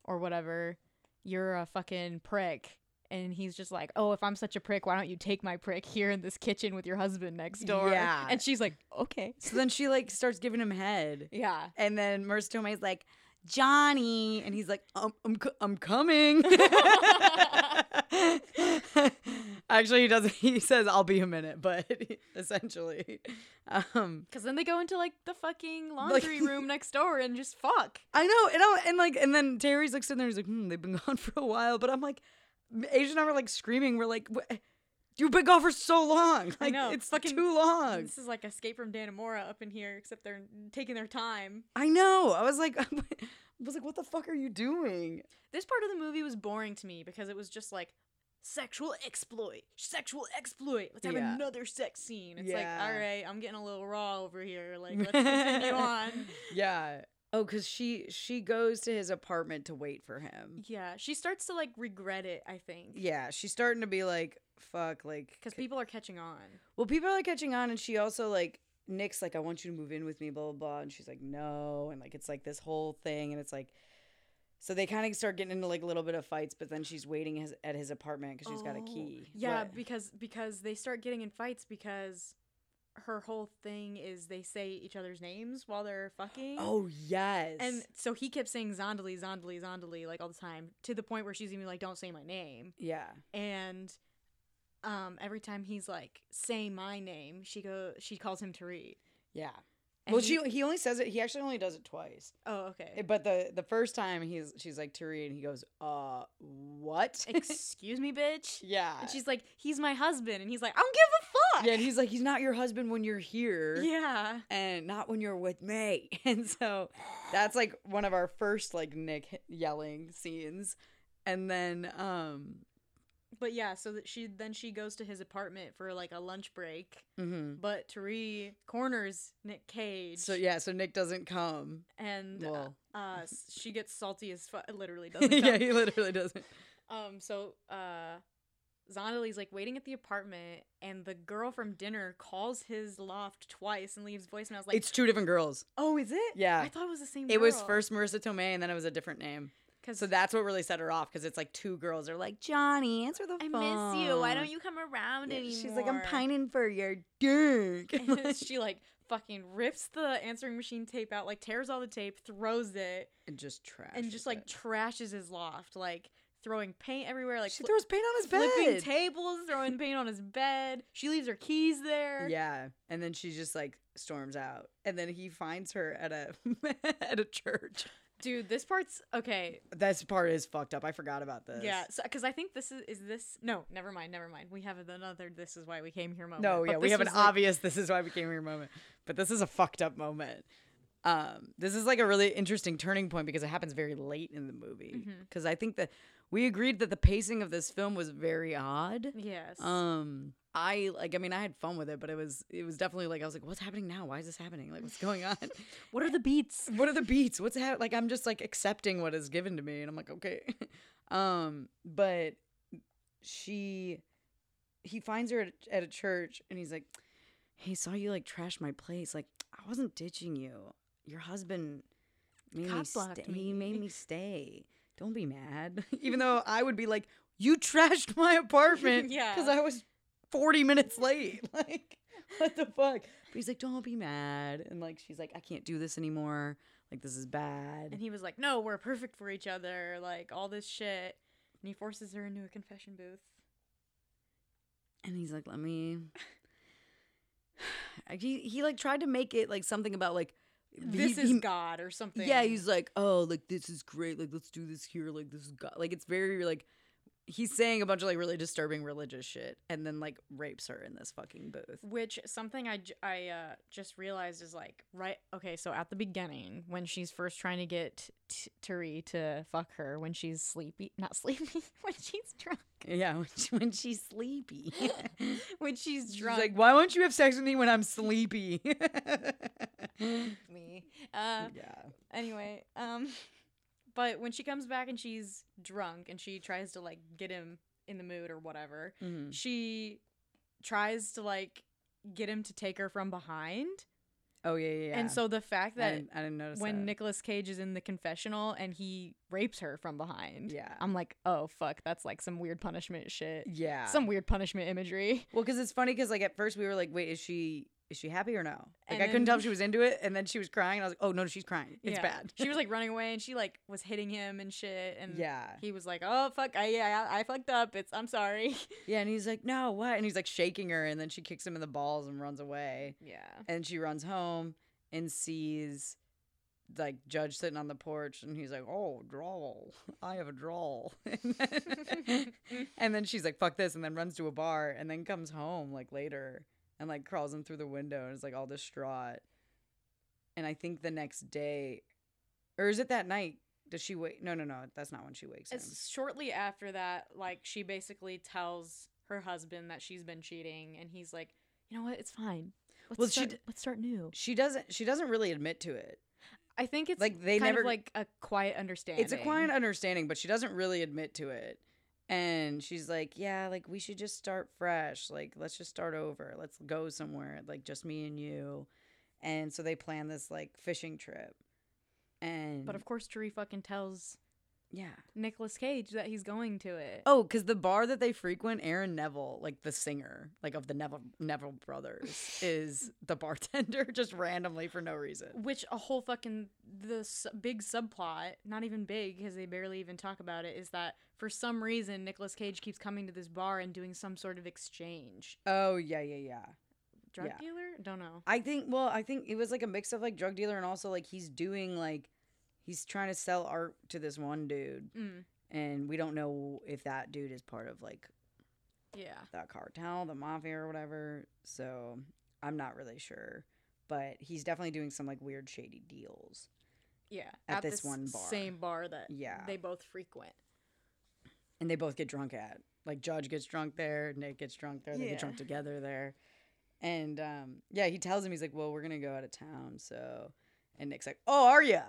Speaker 7: or whatever you're a fucking prick and he's just like oh if i'm such a prick why don't you take my prick here in this kitchen with your husband next door
Speaker 6: Yeah.
Speaker 7: and she's like okay
Speaker 6: so then she like starts giving him head.
Speaker 7: yeah
Speaker 6: And then Marissa Tomei's like, Johnny, and he's like, um, I'm, co- I'm coming. Actually, he doesn't. He says, "I'll be a minute," but essentially, um,
Speaker 7: because then they go into like the fucking laundry room next door and just fuck
Speaker 6: I know, and I, and like, and then Terry's like sitting there. He's like, hmm, "They've been gone for a while," but I'm like, Asia and I were like screaming. We're like, "Wha- "You've been gone for so long. Like,
Speaker 7: know,
Speaker 6: it's
Speaker 7: fucking-
Speaker 6: too long."
Speaker 7: this is like escape from danamora up in here except they're taking their time
Speaker 6: I know. I was like, I was like, "What the fuck are you doing?"
Speaker 7: this part of the movie was boring to me because it was just like sexual exploit, sexual exploit. Let's have
Speaker 6: Yeah.
Speaker 7: another sex scene. It's
Speaker 6: Yeah.
Speaker 7: like, all right, I'm getting a little raw over here. Like, let's continue on.
Speaker 6: Yeah. Oh, because she she goes to his apartment to wait for him.
Speaker 7: Yeah, she starts to like regret it. I think.
Speaker 6: Yeah, she's starting to be like, fuck, like,
Speaker 7: because
Speaker 6: c-
Speaker 7: people are catching on.
Speaker 6: well, people are catching on, and she also like Nick's like, I want you to move in with me, blah blah blah, and she's like, no, and like it's like this whole thing, and it's like, so they kind of start getting into like a little bit of fights, but then she's waiting his, at his apartment because she's got a
Speaker 7: Oh,
Speaker 6: key.
Speaker 7: Yeah,
Speaker 6: What?
Speaker 7: because because they start getting in fights because her whole thing is they say each other's names while they're fucking.
Speaker 6: oh yes,
Speaker 7: And so he kept saying Zondali, Zondali, Zondali, like all the time, to the point where she's even like, "Don't say my name."
Speaker 6: yeah,
Speaker 7: and um every time he's like say my name she go she calls him Tariq.
Speaker 6: yeah.
Speaker 7: And
Speaker 6: well,
Speaker 7: he-
Speaker 6: she he only says it. He actually only does it twice.
Speaker 7: oh okay
Speaker 6: Eh, But the the first time he's she's like Turi and he goes, uh, what?
Speaker 7: excuse me bitch
Speaker 6: yeah.
Speaker 7: and she's like he's my husband and he's like i don't give a fuck
Speaker 6: yeah, and he's like, he's not your husband when you're here,
Speaker 7: yeah
Speaker 6: and not when you're with me. And so that's like one of our first like Nick yelling scenes. And then um
Speaker 7: But yeah, so that she then she goes to his apartment for like a lunch break,
Speaker 6: mhm.
Speaker 7: but Tari corners Nick Cage.
Speaker 6: so yeah, so Nick doesn't come.
Speaker 7: and uh, oh
Speaker 6: Well.
Speaker 7: uh, s- she gets salty as fuck. Literally doesn't.
Speaker 6: yeah,
Speaker 7: come.
Speaker 6: he literally doesn't.
Speaker 7: Um, so uh, Zonali's like waiting at the apartment, and the girl from dinner calls his loft twice and leaves voicemails like,
Speaker 6: it's two different girls.
Speaker 7: "Oh, is it?
Speaker 6: Yeah.
Speaker 7: I thought it was the same.
Speaker 6: It was first Marissa Tomei and then it was a different name.
Speaker 7: because
Speaker 6: So that's what really set her off because it's like two girls are like, Johnny, answer the
Speaker 7: I
Speaker 6: phone.
Speaker 7: miss you. Why don't you come around
Speaker 6: Yeah,
Speaker 7: anymore?
Speaker 6: She's like, I'm pining for your dick.
Speaker 7: And she like fucking rips the answering machine tape out, like tears all the tape, throws it,
Speaker 6: and just trash.
Speaker 7: and just like trashes his loft, like throwing paint everywhere, like
Speaker 6: she
Speaker 7: fli-
Speaker 6: throws paint on his
Speaker 7: flipping
Speaker 6: bed.
Speaker 7: tables, throwing paint on his bed. She leaves her keys there.
Speaker 6: Yeah, and then she just like storms out, and then he finds her at a at a church.
Speaker 7: Dude, this part's okay.
Speaker 6: This part is fucked up. I forgot about this.
Speaker 7: Yeah, because I think this is is this. No, never mind, never mind. We have another. This is why we came here moment.
Speaker 6: No,
Speaker 7: but
Speaker 6: yeah, we
Speaker 7: this
Speaker 6: have an
Speaker 7: was, like-
Speaker 6: obvious this is why we came here moment. But this is a fucked up moment. Um, this is like a really interesting turning point because it happens very late in the movie.
Speaker 7: Mm-hmm.
Speaker 6: Because I think that we agreed that the pacing of this film was very odd.
Speaker 7: Yes.
Speaker 6: Um, I like. I mean, I had fun with it, but it was it was definitely like I was like, "What's happening now? Why is this happening? Like, what's going on?
Speaker 7: what are the beats?
Speaker 6: what are the beats? What's happening?" Like, I'm just like accepting what is given to me, and I'm like, okay. um, but she, he finds her at, at a church, and he's like, "Hey, saw you like trash my place. Like, I wasn't ditching you. Your husband made me
Speaker 7: Cock-blocked
Speaker 6: stay. He
Speaker 7: me."
Speaker 6: made me stay. Don't be mad. Even though I would be like, you trashed my apartment.
Speaker 7: Yeah.
Speaker 6: Because I was 40 minutes late. Like, what the fuck? But he's like, don't be mad. And like, she's like, I can't do this anymore. Like, this is bad.
Speaker 7: And he was like, "No, we're perfect for each other. Like all this shit." And he forces her into a confession booth.
Speaker 6: And he's like, let me. Like, He, he like tried to make it like something about like
Speaker 7: This
Speaker 6: he-
Speaker 7: is
Speaker 6: he-
Speaker 7: God or something.
Speaker 6: Yeah, he's like, oh, like this is great. Like let's do this here. Like this is God. Like it's very like he's saying a bunch of like really disturbing religious shit, and then like rapes her in this fucking booth.
Speaker 7: Which something I, j- I uh, just realized is like right okay so at the beginning when she's first trying to get t- Tari to fuck her when she's sleepy not sleepy when she's drunk
Speaker 6: Yeah, when, she, when she's sleepy.
Speaker 7: when she's
Speaker 6: she's
Speaker 7: drunk
Speaker 6: like, why won't you have sex with me when I'm sleepy?
Speaker 7: me uh,
Speaker 6: yeah.
Speaker 7: anyway um but when she comes back and she's drunk and she tries to like get him in the mood or whatever
Speaker 6: Mhm.
Speaker 7: she tries to like get him to take her from behind
Speaker 6: Oh yeah, yeah. yeah.
Speaker 7: and so the fact
Speaker 6: I
Speaker 7: that
Speaker 6: didn't, I didn't notice
Speaker 7: when
Speaker 6: that.
Speaker 7: Nicolas Cage is in the confessional and he rapes her from behind.
Speaker 6: Yeah.
Speaker 7: I'm like, oh fuck, that's like some weird punishment shit.
Speaker 6: Yeah.
Speaker 7: Some weird punishment imagery.
Speaker 6: Well, because it's funny because like at first we were like, wait, is she is she happy or no? Like
Speaker 7: And
Speaker 6: I couldn't tell
Speaker 7: then-
Speaker 6: if she was into it, and then she was crying, and I was like, oh no, she's crying. It's
Speaker 7: Yeah.
Speaker 6: bad.
Speaker 7: she was like running away and she like was hitting him and shit. And
Speaker 6: Yeah.
Speaker 7: he was like, oh fuck, I yeah, I, I fucked up. It's I'm sorry.
Speaker 6: Yeah, and he's like, no, what? And he's like shaking her, and then she kicks him in the balls and runs away.
Speaker 7: Yeah.
Speaker 6: And she runs home and sees like Judge sitting on the porch, and he's like, oh, drawl. I have a drawl. And then, and then she's like, fuck this, and then runs to a bar, and then comes home like later and like crawls in through the window and is like all distraught. And I think the next day, or is it that night? Does she wait? No, no, no. That's not when she wakes him.
Speaker 7: It's shortly after that, like she basically tells her husband that she's been cheating, and he's like, you know what, it's fine. Let's
Speaker 6: Well, she
Speaker 7: start,
Speaker 6: d-
Speaker 7: let's start new.
Speaker 6: She doesn't. She doesn't really admit to it.
Speaker 7: I think it's
Speaker 6: Like, they
Speaker 7: kind
Speaker 6: never-
Speaker 7: of like a quiet understanding.
Speaker 6: It's a quiet understanding, but she doesn't really admit to it. And she's like, "Yeah, like we should just start fresh. Like let's just start over. Let's go somewhere. Like just me and you." And so they plan this like fishing trip. And
Speaker 7: But of course, Tari fucking tells
Speaker 6: yeah.
Speaker 7: Nicolas Cage that he's going to it.
Speaker 6: Oh, because the bar that they frequent, Aaron Neville, like the singer, like of the Neville Neville brothers, is the bartender just randomly for no reason.
Speaker 7: Which a whole fucking the s- big subplot, not even big because they barely even talk about it, is that for some reason Nicolas Cage keeps coming to this bar and doing some sort of exchange.
Speaker 6: Oh yeah, yeah, yeah.
Speaker 7: Drug
Speaker 6: Yeah.
Speaker 7: dealer? Don't know.
Speaker 6: I think well, I think it was like a mix of like drug dealer and also like he's doing like he's trying to sell art to this one dude
Speaker 7: Mm,
Speaker 6: and we don't know if that dude is part of like
Speaker 7: yeah.
Speaker 6: that cartel, the mafia or whatever. So, I'm not really sure, but he's definitely doing some like weird shady deals.
Speaker 7: Yeah.
Speaker 6: At this one bar.
Speaker 7: Same bar that
Speaker 6: Yeah.
Speaker 7: they both frequent.
Speaker 6: and they both get drunk at. Like Judge gets drunk there, Nick gets drunk there, they
Speaker 7: Yeah.
Speaker 6: get drunk together there. And um, yeah, he tells him he's like, "Well, we're gonna go out of town." So, and Nick's like, "Oh, are ya?"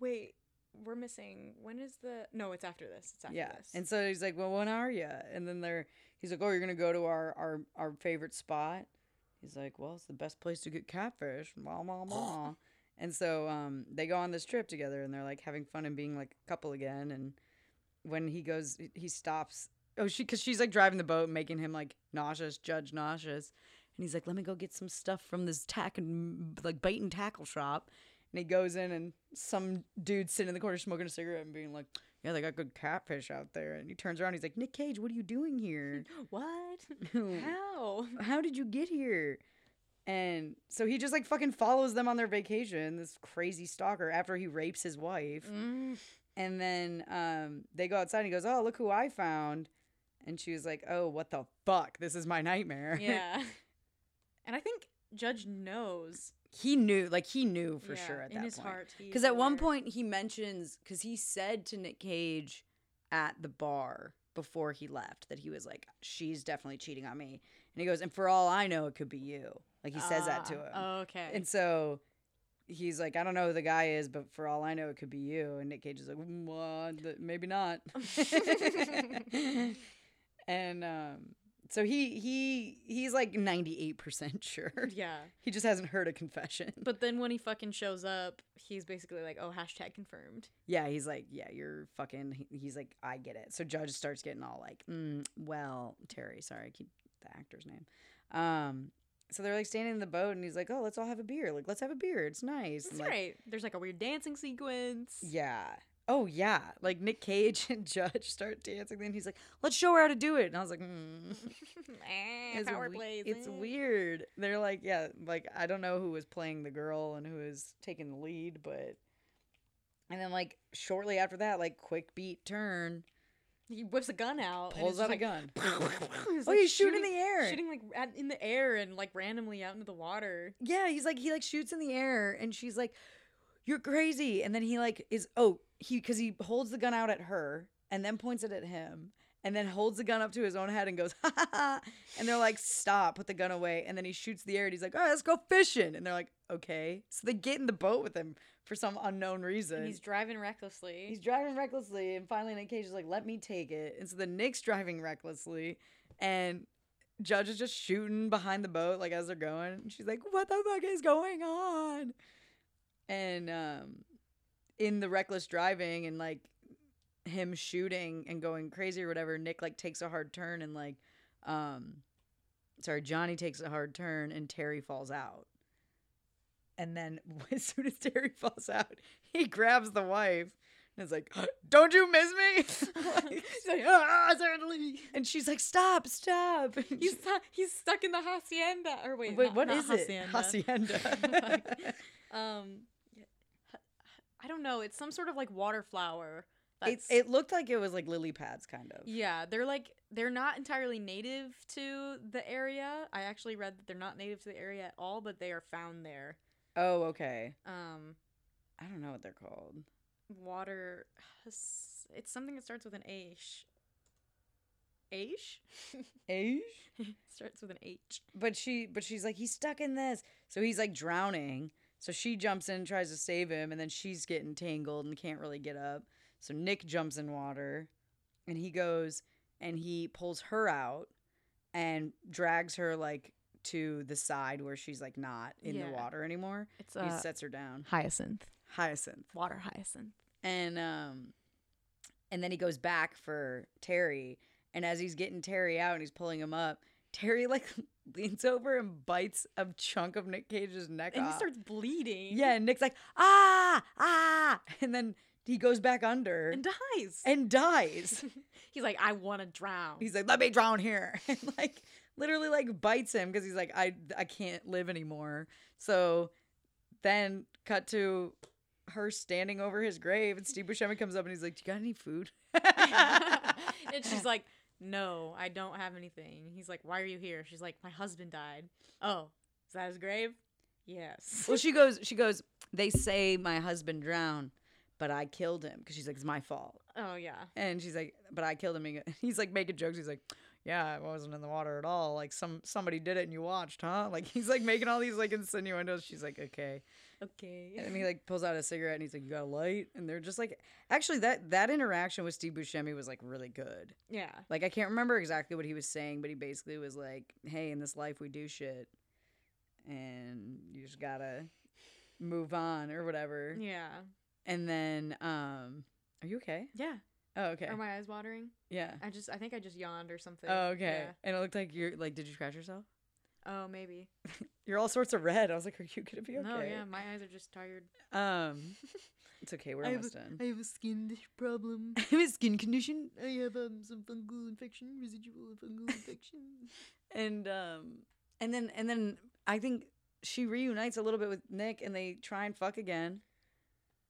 Speaker 7: Wait, we're missing. When is the? No, it's after this. It's after
Speaker 6: Yeah.
Speaker 7: this.
Speaker 6: And so he's like, "Well, when are ya?" And then they're he's like, "Oh, you're gonna go to our our our favorite spot." He's like, "Well, it's the best place to get catfish." Blah blah blah. and so um, they go on this trip together, and they're like having fun and being like a couple again. And when he goes, he- he stops. Oh, she because she's like driving the boat, making him like nauseous, judge nauseous. And he's like, "Let me go get some stuff from this tack and like bait and tackle shop." And he goes in, and some dude sitting in the corner smoking a cigarette and being like, "Yeah, they got good catfish out there." And he turns around, he's like, "Nick Cage, what are you doing here?
Speaker 7: what? How?
Speaker 6: How did you get here?" And so he just like fucking follows them on their vacation. This crazy stalker after he rapes his wife.
Speaker 7: Mm.
Speaker 6: And then um, they go outside and he goes, Oh, look who I found. And she was like, Oh, what the fuck? This is my nightmare.
Speaker 7: Yeah. And I think Judge knows
Speaker 6: he knew, like, he knew for
Speaker 7: yeah,
Speaker 6: sure at
Speaker 7: in
Speaker 6: that
Speaker 7: his
Speaker 6: point.
Speaker 7: heart. he's
Speaker 6: Because at one
Speaker 7: aware.
Speaker 6: point he mentions, because he said to Nick Cage at the bar before he left that he was like, She's definitely cheating on me. And he goes, And for all I know, it could be you. Like, he says that to him.
Speaker 7: Ah, Okay.
Speaker 6: And so he's like, I don't know who the guy is, but for all I know, it could be you. And Nick Cage is like, "Mm, well, th- maybe not. and um, so he he he's like ninety eight percent sure.
Speaker 7: yeah.
Speaker 6: He just hasn't heard a confession.
Speaker 7: But then when he fucking shows up, he's basically like, "Oh, hashtag confirmed."
Speaker 6: Yeah, he's like, yeah, you're fucking. he- He's like, I get it. So Judge starts getting all like, mm, well, Terry, sorry, I keep the actor's name. Um, so they're like standing in the boat, and he's like, oh, let's all have a beer. Like, let's have a beer. It's nice.
Speaker 7: That's
Speaker 6: And, like,
Speaker 7: right. There's like a weird dancing sequence.
Speaker 6: Yeah. Oh yeah. Like Nick Cage and Judge start dancing. Then he's like, "Let's show her how to do it." And I was like, mm.
Speaker 7: Eh,
Speaker 6: it's,
Speaker 7: power
Speaker 6: we-
Speaker 7: plays.
Speaker 6: it's
Speaker 7: eh.
Speaker 6: weird." They're like, "Yeah." Like I don't know who was playing the girl and who was taking the lead, but. And then like shortly after that, like quick beat turn,
Speaker 7: He whips a gun out. and
Speaker 6: pulls
Speaker 7: it's
Speaker 6: out a
Speaker 7: just
Speaker 6: gun.
Speaker 7: like- He's,
Speaker 6: Oh,
Speaker 7: like,
Speaker 6: he's shooting in the air.
Speaker 7: Shooting like at, in the air and like randomly out into the water.
Speaker 6: Yeah, he's like he like shoots in the air and she's like, "You're crazy." And then he like is oh, he cuz he holds the gun out at her and then points it at him and then holds the gun up to his own head and goes, "Ha ha." ha." And they're like, "Stop, put the gun away." And then he shoots the air and he's like, "All right, let's go fishing." And they're like, "Okay." So they get in the boat with him for some unknown reason.
Speaker 7: And he's driving recklessly.
Speaker 6: He's driving recklessly, and finally Nick Cage is like, "Let me take it." And so the Nick's driving recklessly, and Judge is just shooting behind the boat like as they're going. And she's like, "What the fuck is going on?" And um, in the reckless driving and like him shooting and going crazy or whatever, Nick like takes a hard turn and like, um, sorry, Johnny takes a hard turn and Terry falls out. And then as soon as Terry falls out, he grabs the wife and is like, "Don't you miss me?" Like, she's like, "Ah, certainly." And she's like, "Stop, stop." And
Speaker 7: He's
Speaker 6: she's-
Speaker 7: stu- he's stuck in the hacienda. Or wait,
Speaker 6: wait,
Speaker 7: not-
Speaker 6: what
Speaker 7: not
Speaker 6: is it?
Speaker 7: Hacienda.
Speaker 6: Hacienda.
Speaker 7: um, yeah, ha- I don't know. It's some sort of like water flower.
Speaker 6: it,
Speaker 7: That's,
Speaker 6: it looked like it was like lily pads, kind of.
Speaker 7: yeah, they're like they're not entirely native to the area. I actually read that they're not native to the area at all, but they are found there.
Speaker 6: Oh, okay.
Speaker 7: Um,
Speaker 6: I don't know what they're called.
Speaker 7: water. It's something that starts with an H. H
Speaker 6: Aish?
Speaker 7: starts with an H.
Speaker 6: But she, but she's like, he's stuck in this, so he's like drowning. So she jumps in, and tries to save him, and then she's getting tangled and can't really get up. So Nick jumps in water, and he goes and he pulls her out and drags her like to the side where she's like not in
Speaker 7: Yeah.
Speaker 6: the water anymore.
Speaker 7: It's
Speaker 6: he
Speaker 7: uh,
Speaker 6: sets her down.
Speaker 7: hyacinth,
Speaker 6: Hyacinth.
Speaker 7: water hyacinth.
Speaker 6: and um and then he goes back for Terry and as he's getting Terry out and he's pulling him up Terry like leans over and bites a chunk of Nick Cage's neck
Speaker 7: And he
Speaker 6: off.
Speaker 7: starts bleeding.
Speaker 6: yeah and Nick's like ah ah and then he goes back under
Speaker 7: and
Speaker 6: and,
Speaker 7: dies.
Speaker 6: dies
Speaker 7: he's like, I want to drown.
Speaker 6: he's like let me drown here and like literally like bites him because he's like I I can't live anymore so then cut to her standing over his grave and Steve Buscemi comes up and he's like do you got any food
Speaker 7: and she's like, No, I don't have anything. He's like, Why are you here? She's like, My husband died. Oh, is that his grave? Yes.
Speaker 6: well she goes she goes they say my husband drowned but I killed him because she's like, it's my fault.
Speaker 7: Oh yeah.
Speaker 6: And she's like, but I killed him. He go- He's like making jokes. He's like, yeah, I wasn't in the water at all. Like some somebody did it and you watched, huh? Like he's like making all these like insinuendos. She's like, okay.
Speaker 7: Okay.
Speaker 6: And he like pulls out a cigarette and he's like, you got a light? And they're just like, actually that that interaction with Steve Buscemi was like really good.
Speaker 7: Yeah.
Speaker 6: Like I can't remember exactly what he was saying, but he basically was like, hey, in this life we do shit, and you just gotta move on or whatever.
Speaker 7: Yeah.
Speaker 6: And then, um, are you okay?
Speaker 7: Yeah.
Speaker 6: Oh, okay.
Speaker 7: Are my eyes watering?
Speaker 6: yeah.
Speaker 7: I just I think I just yawned or something.
Speaker 6: Oh, okay. And it looked like you're like, did you scratch yourself?
Speaker 7: Yeah. Oh maybe.
Speaker 6: You're all sorts of red. I was like, are you gonna be okay?
Speaker 7: No, yeah, my eyes are just tired.
Speaker 6: Um, it's okay. We're almost done.
Speaker 8: have a skin problem.
Speaker 6: I have a skin condition.
Speaker 8: I have um, some fungal infection, residual fungal infection.
Speaker 6: and um and then and then I think she reunites a little bit with Nick and they try and fuck again.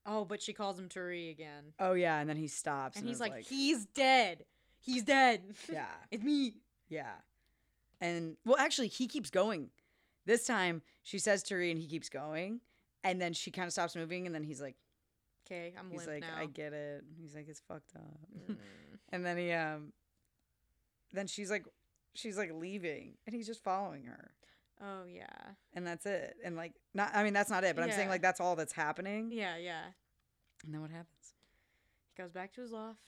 Speaker 7: Oh, but she calls him Turi again.
Speaker 6: Oh yeah, and then he stops
Speaker 7: And
Speaker 6: is
Speaker 7: he's like, He's dead. He's dead.
Speaker 6: yeah,
Speaker 7: it's me.
Speaker 6: yeah. And well actually he keeps going. This time she says to Ree and he keeps going and then she kind of stops moving and then he's like
Speaker 7: Okay, I'm
Speaker 6: he's
Speaker 7: limp
Speaker 6: like
Speaker 7: now. Mm.
Speaker 6: I get it. He's like it's fucked up. and then he um then she's like she's like leaving and he's just following her.
Speaker 7: oh yeah.
Speaker 6: And that's it. And like not I mean that's not it, but I'm saying
Speaker 7: Yeah.
Speaker 6: like that's all that's happening.
Speaker 7: Yeah, yeah.
Speaker 6: And then what happens?
Speaker 7: He goes back to his loft.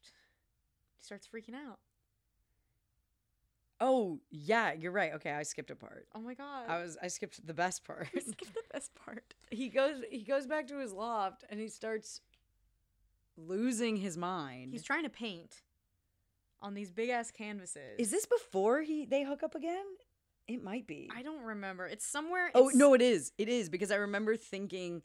Speaker 7: He starts freaking out.
Speaker 6: Oh, yeah, you're right. Okay, I skipped a part.
Speaker 7: Oh my god.
Speaker 6: I was I skipped the best part.
Speaker 7: He skipped the best part.
Speaker 6: he goes he goes back to his loft and he starts losing his mind.
Speaker 7: He's trying to paint on these big ass canvases.
Speaker 6: Is this before he they hook up again? It might be.
Speaker 7: I don't remember. It's somewhere.
Speaker 6: oh,
Speaker 7: it's-
Speaker 6: no, it is. It is because I remember thinking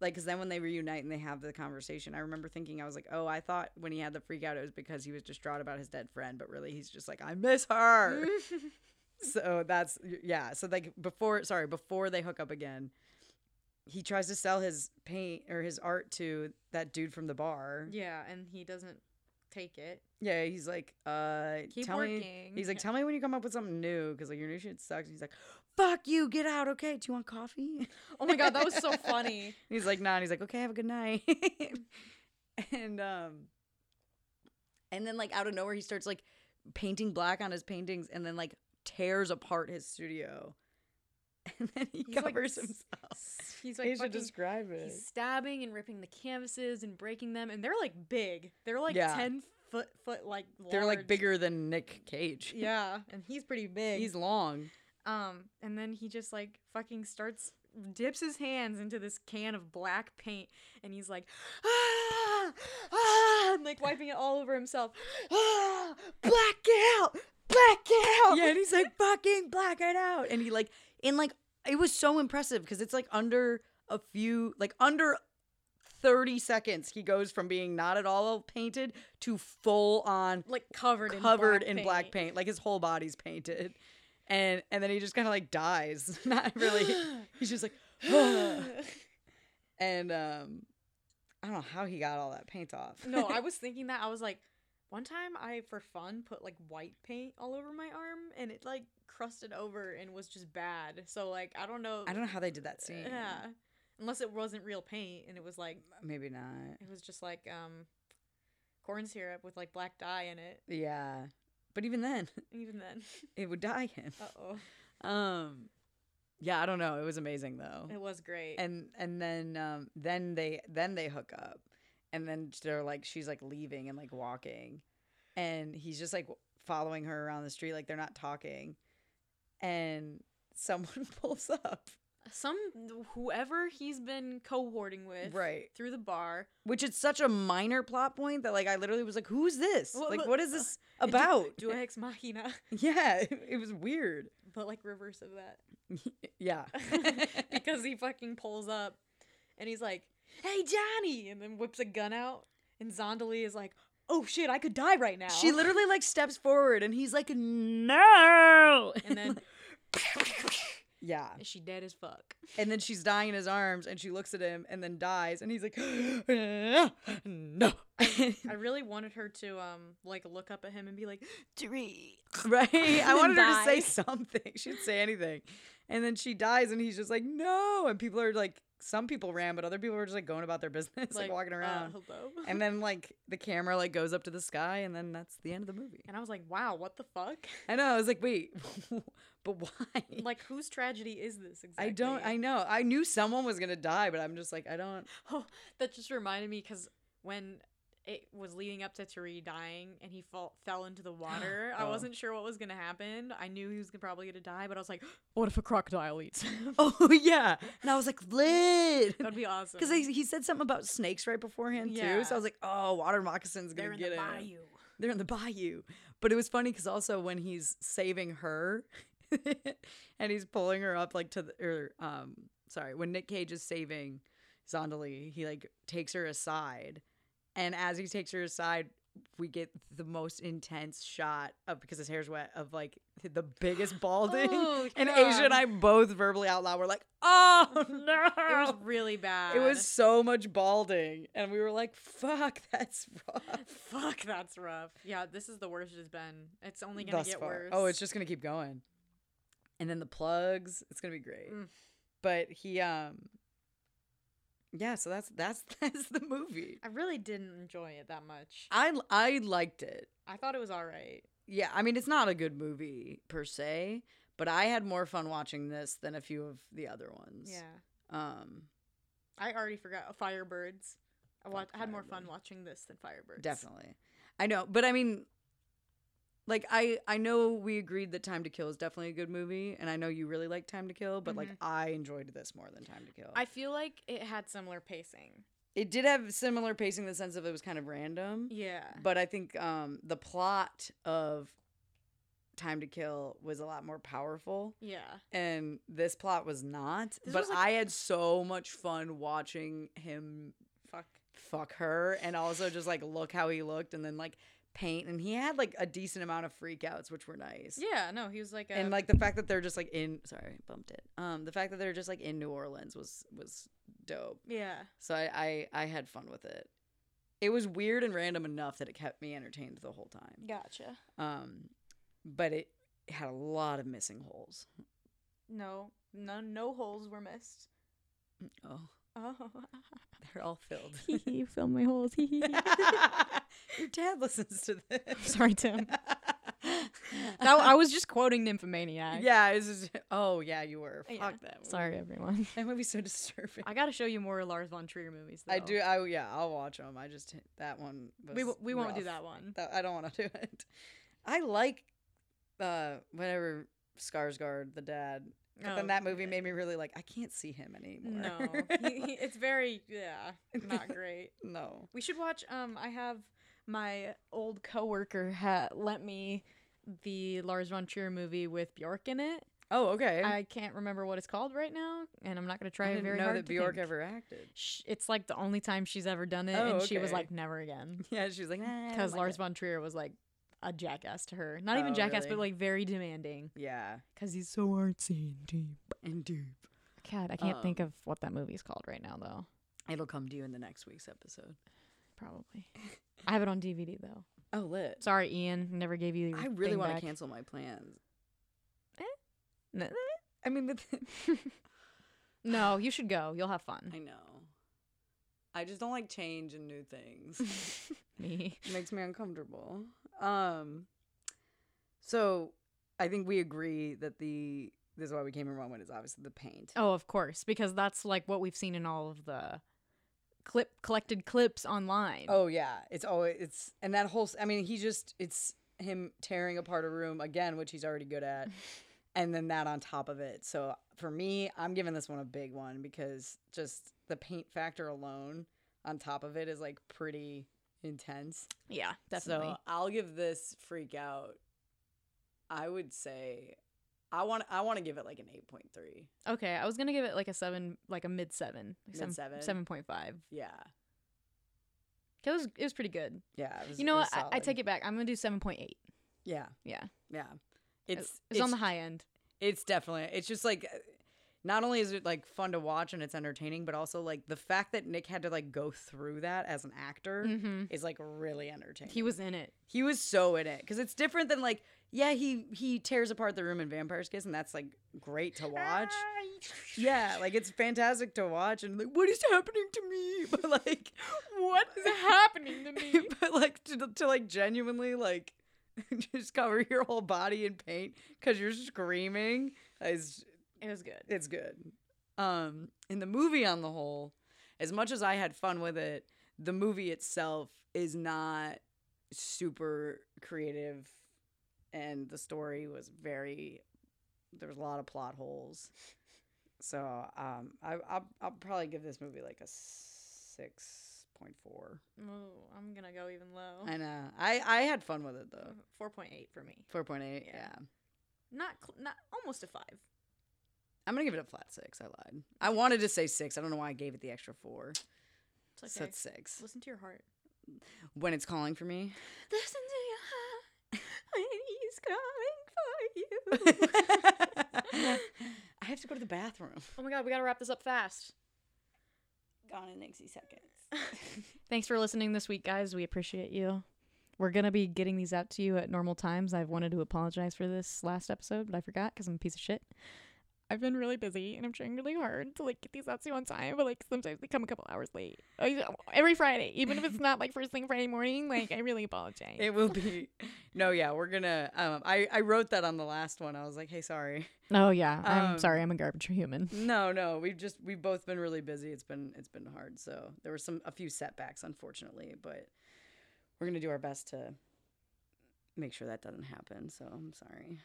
Speaker 6: like cuz then when they reunite and they have the conversation, I remember thinking I was like, "Oh, I thought when he had the freak out it was because he was distraught about his dead friend, but really he's just like, I miss her."
Speaker 7: Mm-hmm.
Speaker 6: so that's yeah so like before sorry before they hook up again he tries to sell his paint or his art to that dude from the bar
Speaker 7: Yeah, and he doesn't take it.
Speaker 6: yeah he's like uh
Speaker 7: Keep
Speaker 6: tell me
Speaker 7: working.
Speaker 6: he's like tell me when you come up with something new because like your new shit sucks and he's like fuck you get out okay do you want coffee
Speaker 7: Oh my god, that was so funny.
Speaker 6: he's like nah and he's like okay have a good night and um and then like out of nowhere he starts like painting black on his paintings and then like tears apart his studio and then he
Speaker 7: He's, like,
Speaker 6: covers
Speaker 7: s-
Speaker 6: himself
Speaker 7: s- He's
Speaker 6: They
Speaker 7: like
Speaker 6: should
Speaker 7: fucking,
Speaker 6: describe it.
Speaker 7: he's stabbing and ripping the canvases and breaking them, and they're like big. They're like
Speaker 6: Yeah.
Speaker 7: ten foot foot like.
Speaker 6: They're like
Speaker 7: large.
Speaker 6: bigger than Nick Cage.
Speaker 7: Yeah, and he's pretty big.
Speaker 6: He's long.
Speaker 7: Um, and then he just like fucking starts dips his hands into this can of black paint and he's like ah, ah, and like wiping it all over himself. Ah, black out. Black out.
Speaker 6: Yeah, and he's like fucking black it out. And he like and like it was so impressive because it's like under a few like under 30 seconds he goes from being not at all painted to full on
Speaker 7: like covered in
Speaker 6: covered
Speaker 7: black
Speaker 6: in
Speaker 7: paint.
Speaker 6: black paint. Like his whole body's painted. And and then he just kind of like dies. Not really. he's just like and um I don't know how he got all that paint off.
Speaker 7: no, I was thinking that I was like one time I for fun put like white paint all over my arm and it like crusted over and was just bad. So like I don't know
Speaker 6: I don't know how they did that scene.
Speaker 7: Yeah. Unless it wasn't real paint and it was like
Speaker 6: Maybe not.
Speaker 7: It was just like um corn syrup with like black dye in it.
Speaker 6: Yeah. But even then,
Speaker 7: And even then,
Speaker 6: it would die him.
Speaker 7: uh oh,
Speaker 6: Um Yeah, I don't know. It was amazing though.
Speaker 7: it was great.
Speaker 6: And and then um then they then they hook up. And then they're like she's like leaving and like walking. And he's just like following her around the street like they're not talking. And someone pulls up.
Speaker 7: Some whoever he's been cohorting with,
Speaker 6: Right.
Speaker 7: through the bar.
Speaker 6: Which it's such a minor plot point that like I literally was like, Who's this?
Speaker 7: Well,
Speaker 6: like
Speaker 7: but-
Speaker 6: what is this
Speaker 7: Du-
Speaker 6: about?
Speaker 7: Deus ex machina,
Speaker 6: yeah, it, it was weird.
Speaker 7: but like reverse of that
Speaker 6: Yeah.
Speaker 7: because he fucking pulls up and he's like, "Hey Johnny," and then whips a gun out, and Zondali is like, "Oh shit, I could die right now."
Speaker 6: She literally like steps forward and he's like, no.
Speaker 7: and then
Speaker 6: Yeah.
Speaker 7: she dead as fuck.
Speaker 6: And then she's dying in his arms and she looks at him and then dies and he's like, no.
Speaker 7: I really wanted her to um like look up at him and be like, "Three."
Speaker 6: right? I wanted her to say
Speaker 7: Bye.
Speaker 6: something. She'd say anything. And then she dies and he's just like, no. And people are like some people ran, but other people were just like going about their business, like,
Speaker 7: uh,
Speaker 6: walking around.
Speaker 7: hello.
Speaker 6: and then like the camera like goes up to the sky, and then that's the end of the movie.
Speaker 7: And I was like, wow, what the fuck?
Speaker 6: I know. I was like, wait, but why?
Speaker 7: like, whose tragedy is this exactly?
Speaker 6: I don't. I know. I knew someone was gonna die, but I'm just like, I don't.
Speaker 7: Oh, that just reminded me because when it was leading up to Tari dying and he fall, fell into the water, I
Speaker 6: Oh.
Speaker 7: wasn't sure what was going to happen. I knew he was gonna- probably going to die, but I was like, what if a crocodile eats him?
Speaker 6: Oh yeah, and I was like lit.
Speaker 7: That'd be awesome.
Speaker 6: Because he said something about snakes right beforehand too, so
Speaker 7: Yeah.
Speaker 6: I was like, "Oh, water moccasins gonna
Speaker 7: they're in
Speaker 6: get
Speaker 7: the
Speaker 6: him.
Speaker 7: bayou.
Speaker 6: They're in the bayou." But it was funny because also when he's saving her, and he's pulling her up like to the or um sorry, when Nick Cage is saving Zondali, he like takes her aside, and as he takes her aside, we get the most intense shot of because his hair's wet of like the biggest balding,
Speaker 7: Oh,
Speaker 6: and Asia
Speaker 7: God.
Speaker 6: and I both verbally out loud were like, "Oh no!"
Speaker 7: It was really bad.
Speaker 6: It was so much balding, and we were like, "Fuck, that's rough."
Speaker 7: Fuck, that's rough. Yeah, this is the worst it's been. It's only going
Speaker 6: Thus
Speaker 7: to get
Speaker 6: far.
Speaker 7: worse.
Speaker 6: Oh, it's just gonna keep going, and then the plugs. It's gonna be great.
Speaker 7: Mm.
Speaker 6: But he, um, yeah. So that's that's that's the movie.
Speaker 7: I really didn't enjoy it that much.
Speaker 6: I I liked it.
Speaker 7: I thought it was all right.
Speaker 6: Yeah, I mean, it's not a good movie per se, but I had more fun watching this than a few of the other ones.
Speaker 7: Yeah.
Speaker 6: Um,
Speaker 7: I already forgot Oh, Firebirds. I wa-
Speaker 6: Fuck
Speaker 7: had more fun
Speaker 6: Firebird.
Speaker 7: watching this than Firebirds.
Speaker 6: Definitely. I know, but I mean like I I know we agreed that Time to Kill is definitely a good movie and I know you really like Time to Kill, but like
Speaker 7: Mhm.
Speaker 6: I enjoyed this more than Time to Kill.
Speaker 7: I feel like it had similar pacing.
Speaker 6: it did have similar pacing in the sense of it was kind of random,
Speaker 7: Yeah.
Speaker 6: but I think um the plot of Time to Kill was a lot more powerful
Speaker 7: Yeah.
Speaker 6: and this plot was not,
Speaker 7: This
Speaker 6: but
Speaker 7: was, like-
Speaker 6: I had so much fun watching him
Speaker 7: Fuck.
Speaker 6: fuck her and also just like look how he looked and then like paint and he had like a decent amount of freakouts which were nice
Speaker 7: Yeah. No, he was like a.
Speaker 6: and like the fact that they're just like in sorry bumped it um the fact that they're just like in new orleans was was dope
Speaker 7: yeah.
Speaker 6: so i i, I had fun with it it was weird and random enough that it kept me entertained the whole time
Speaker 7: Gotcha.
Speaker 6: um but it had a lot of missing holes
Speaker 7: No. No. No holes were missed.
Speaker 6: oh
Speaker 7: Oh.
Speaker 6: they're all filled
Speaker 8: you fill my holes. hee hee hee.
Speaker 6: your dad listens to this
Speaker 7: Sorry, Tim. That, I was just quoting Nymphomaniac.
Speaker 6: Yeah, it's just, oh yeah, you were. Fuck
Speaker 7: Yeah.
Speaker 6: that. Movie.
Speaker 8: Sorry, everyone.
Speaker 6: that movie's so disturbing.
Speaker 7: I gotta show you more Lars von Trier movies. Though.
Speaker 6: I do. I yeah, I'll watch them. I just that one. Was
Speaker 7: We, w- we won't do
Speaker 6: rough.
Speaker 7: that one.
Speaker 6: That- I don't want to do it. I like uh whenever Skarsgård, the dad. But
Speaker 7: Oh,
Speaker 6: then that movie
Speaker 7: yeah.
Speaker 6: made me really like I can't see him anymore.
Speaker 7: No, He- he- it's very yeah, not great.
Speaker 6: no.
Speaker 7: We should watch. Um, I have my old coworker ha- lent me the Lars von Trier movie with Bjork in it.
Speaker 6: Oh okay.
Speaker 7: I can't remember what it's called right now, and I'm not gonna try
Speaker 6: I
Speaker 7: it
Speaker 6: didn't
Speaker 7: very
Speaker 6: know
Speaker 7: hard.
Speaker 6: that
Speaker 7: to
Speaker 6: Bjork
Speaker 7: think.
Speaker 6: ever acted.
Speaker 7: Sh- It's like the only time she's ever done it,
Speaker 6: Oh,
Speaker 7: and she was
Speaker 6: okay.
Speaker 7: like, "Never again,"
Speaker 6: Yeah, she was like
Speaker 7: because
Speaker 6: because
Speaker 7: Lars von Trier was like a jackass to her. Not even
Speaker 6: Oh,
Speaker 7: jackass, but
Speaker 6: really?
Speaker 7: like very demanding,
Speaker 6: Yeah,
Speaker 7: because he's so artsy and deep.
Speaker 6: and deep.
Speaker 7: God, I
Speaker 6: can't think
Speaker 7: of what that movie's called right now, though.
Speaker 6: It'll come to you in the next week's episode.
Speaker 7: Probably. I have it on DVD though.
Speaker 6: Oh lit.
Speaker 7: Sorry, Ian. Never gave you.
Speaker 6: I really
Speaker 7: want
Speaker 6: want to cancel my plans.
Speaker 7: Eh? No,
Speaker 6: I mean, but
Speaker 7: no, you should go. You'll have fun.
Speaker 6: I know. I just don't like change and new things.
Speaker 7: Me.
Speaker 6: it makes me uncomfortable. Um, so I think we agree that the this is why we came in one when is obviously the paint.
Speaker 7: Oh, of course, because that's like what we've seen in all of the clip collected clips online.
Speaker 6: Oh yeah, it's always it's and that whole. s- I mean, he just it's him tearing apart a room again, which he's already good at, and then that on top of it. So for me, I'm giving this one a big one because just the paint factor alone on top of it is like pretty intense.
Speaker 7: yeah, definitely.
Speaker 6: So I'll give this freak out. I would say, I want I want to give it like an eight point three.
Speaker 7: okay, I was gonna give it like a seven, like a mid seven, like
Speaker 6: Mid seven?
Speaker 7: seven point five.
Speaker 6: Yeah,
Speaker 7: It was it was pretty good.
Speaker 6: yeah. It was,
Speaker 7: You know what? I, I take it back. I'm gonna do seven point eight.
Speaker 6: Yeah,
Speaker 7: Yeah,
Speaker 6: yeah.
Speaker 7: It-
Speaker 6: It's
Speaker 7: it was on the high end.
Speaker 6: It's definitely. It's just like uh, not only is it like fun to watch and it's entertaining, but also like the fact that Nick had to like go through that as an actor is like really entertaining.
Speaker 7: He was in it.
Speaker 6: He was so in it because it's different than like yeah he he tears apart the room in Vampire's Kiss and that's like great to watch. yeah, like it's fantastic to watch and like what is happening to me? But like what is
Speaker 7: happening to me?
Speaker 6: but like to, to like genuinely like just cover your whole body in paint because you're screaming is
Speaker 7: It was good.
Speaker 6: it's good. Um, in the movie on the whole, as much as I had fun with it, the movie itself is not super creative, and the story was very. There was a lot of plot holes, so um, I I'll, I'll probably give this movie like a six point four.
Speaker 7: Oh, I'm gonna go even low.
Speaker 6: I know I I had fun with it though.
Speaker 7: Four point eight for me.
Speaker 6: Four point eight,
Speaker 7: Yeah.
Speaker 6: yeah.
Speaker 7: Not cl- not almost a five.
Speaker 6: I'm gonna give it a flat six. I lied. I wanted to say six. I don't know why I gave it the extra four.
Speaker 7: It's okay.
Speaker 6: So it's six.
Speaker 7: Listen to your heart.
Speaker 6: When it's calling for me.
Speaker 7: Listen to your heart. He's calling for you.
Speaker 6: I have to go to the bathroom.
Speaker 7: oh my god, we gotta wrap this up fast.
Speaker 6: Gone in 60 seconds.
Speaker 7: Thanks for listening this week, guys. We appreciate you. We're going to be getting these out to you at normal times. I've wanted to apologize for this last episode, but I forgot because I'm a piece of shit. I've been really busy and I'm trying really hard to like get these out to you on time, but like sometimes they come a couple hours late. I- Every Friday, even if it's not like first thing Friday morning, like I really apologize.
Speaker 6: It will be. No, yeah, we're gonna. Um, I I wrote that on the last one. I was like, hey, sorry.
Speaker 7: oh yeah, I'm
Speaker 6: Um,
Speaker 7: sorry. I'm a garbage human.
Speaker 6: No, no, we've just we've both been really busy. It's been it's been hard. So there were some a few setbacks, unfortunately, but we're gonna do our best to make sure that doesn't happen. So I'm sorry.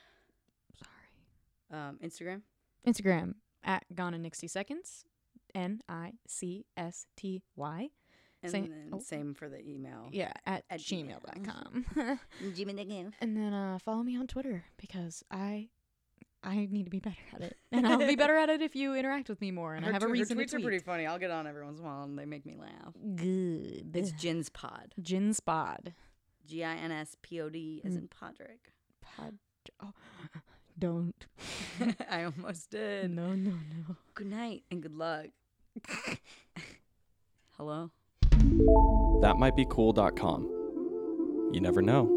Speaker 7: Sorry.
Speaker 6: Um, Instagram.
Speaker 7: Instagram at gone in 60 seconds. N I C S T Y.
Speaker 6: And
Speaker 7: Same-
Speaker 6: then
Speaker 7: oh.
Speaker 6: same for the email.
Speaker 7: Yeah, at,
Speaker 6: At
Speaker 7: gmail
Speaker 6: gmail.
Speaker 7: gmail.com. com. And then uh, follow me on Twitter because I I need to be better at it, and I'll be better at it if you interact with me more. And I
Speaker 6: Her
Speaker 7: have a
Speaker 6: tw- her
Speaker 7: reason to
Speaker 6: tweets are
Speaker 7: tweet.
Speaker 6: pretty funny. I'll get on every once in a while, and they make me laugh.
Speaker 7: good.
Speaker 6: It's Jin's Pod.
Speaker 7: Gin Spod.
Speaker 6: G I N S P O D as in Podrick.
Speaker 7: Pod. Oh, don't.
Speaker 6: I almost did.
Speaker 7: No, no, no.
Speaker 6: Good night and good luck. Hello?
Speaker 9: That might be cool.com. You never know.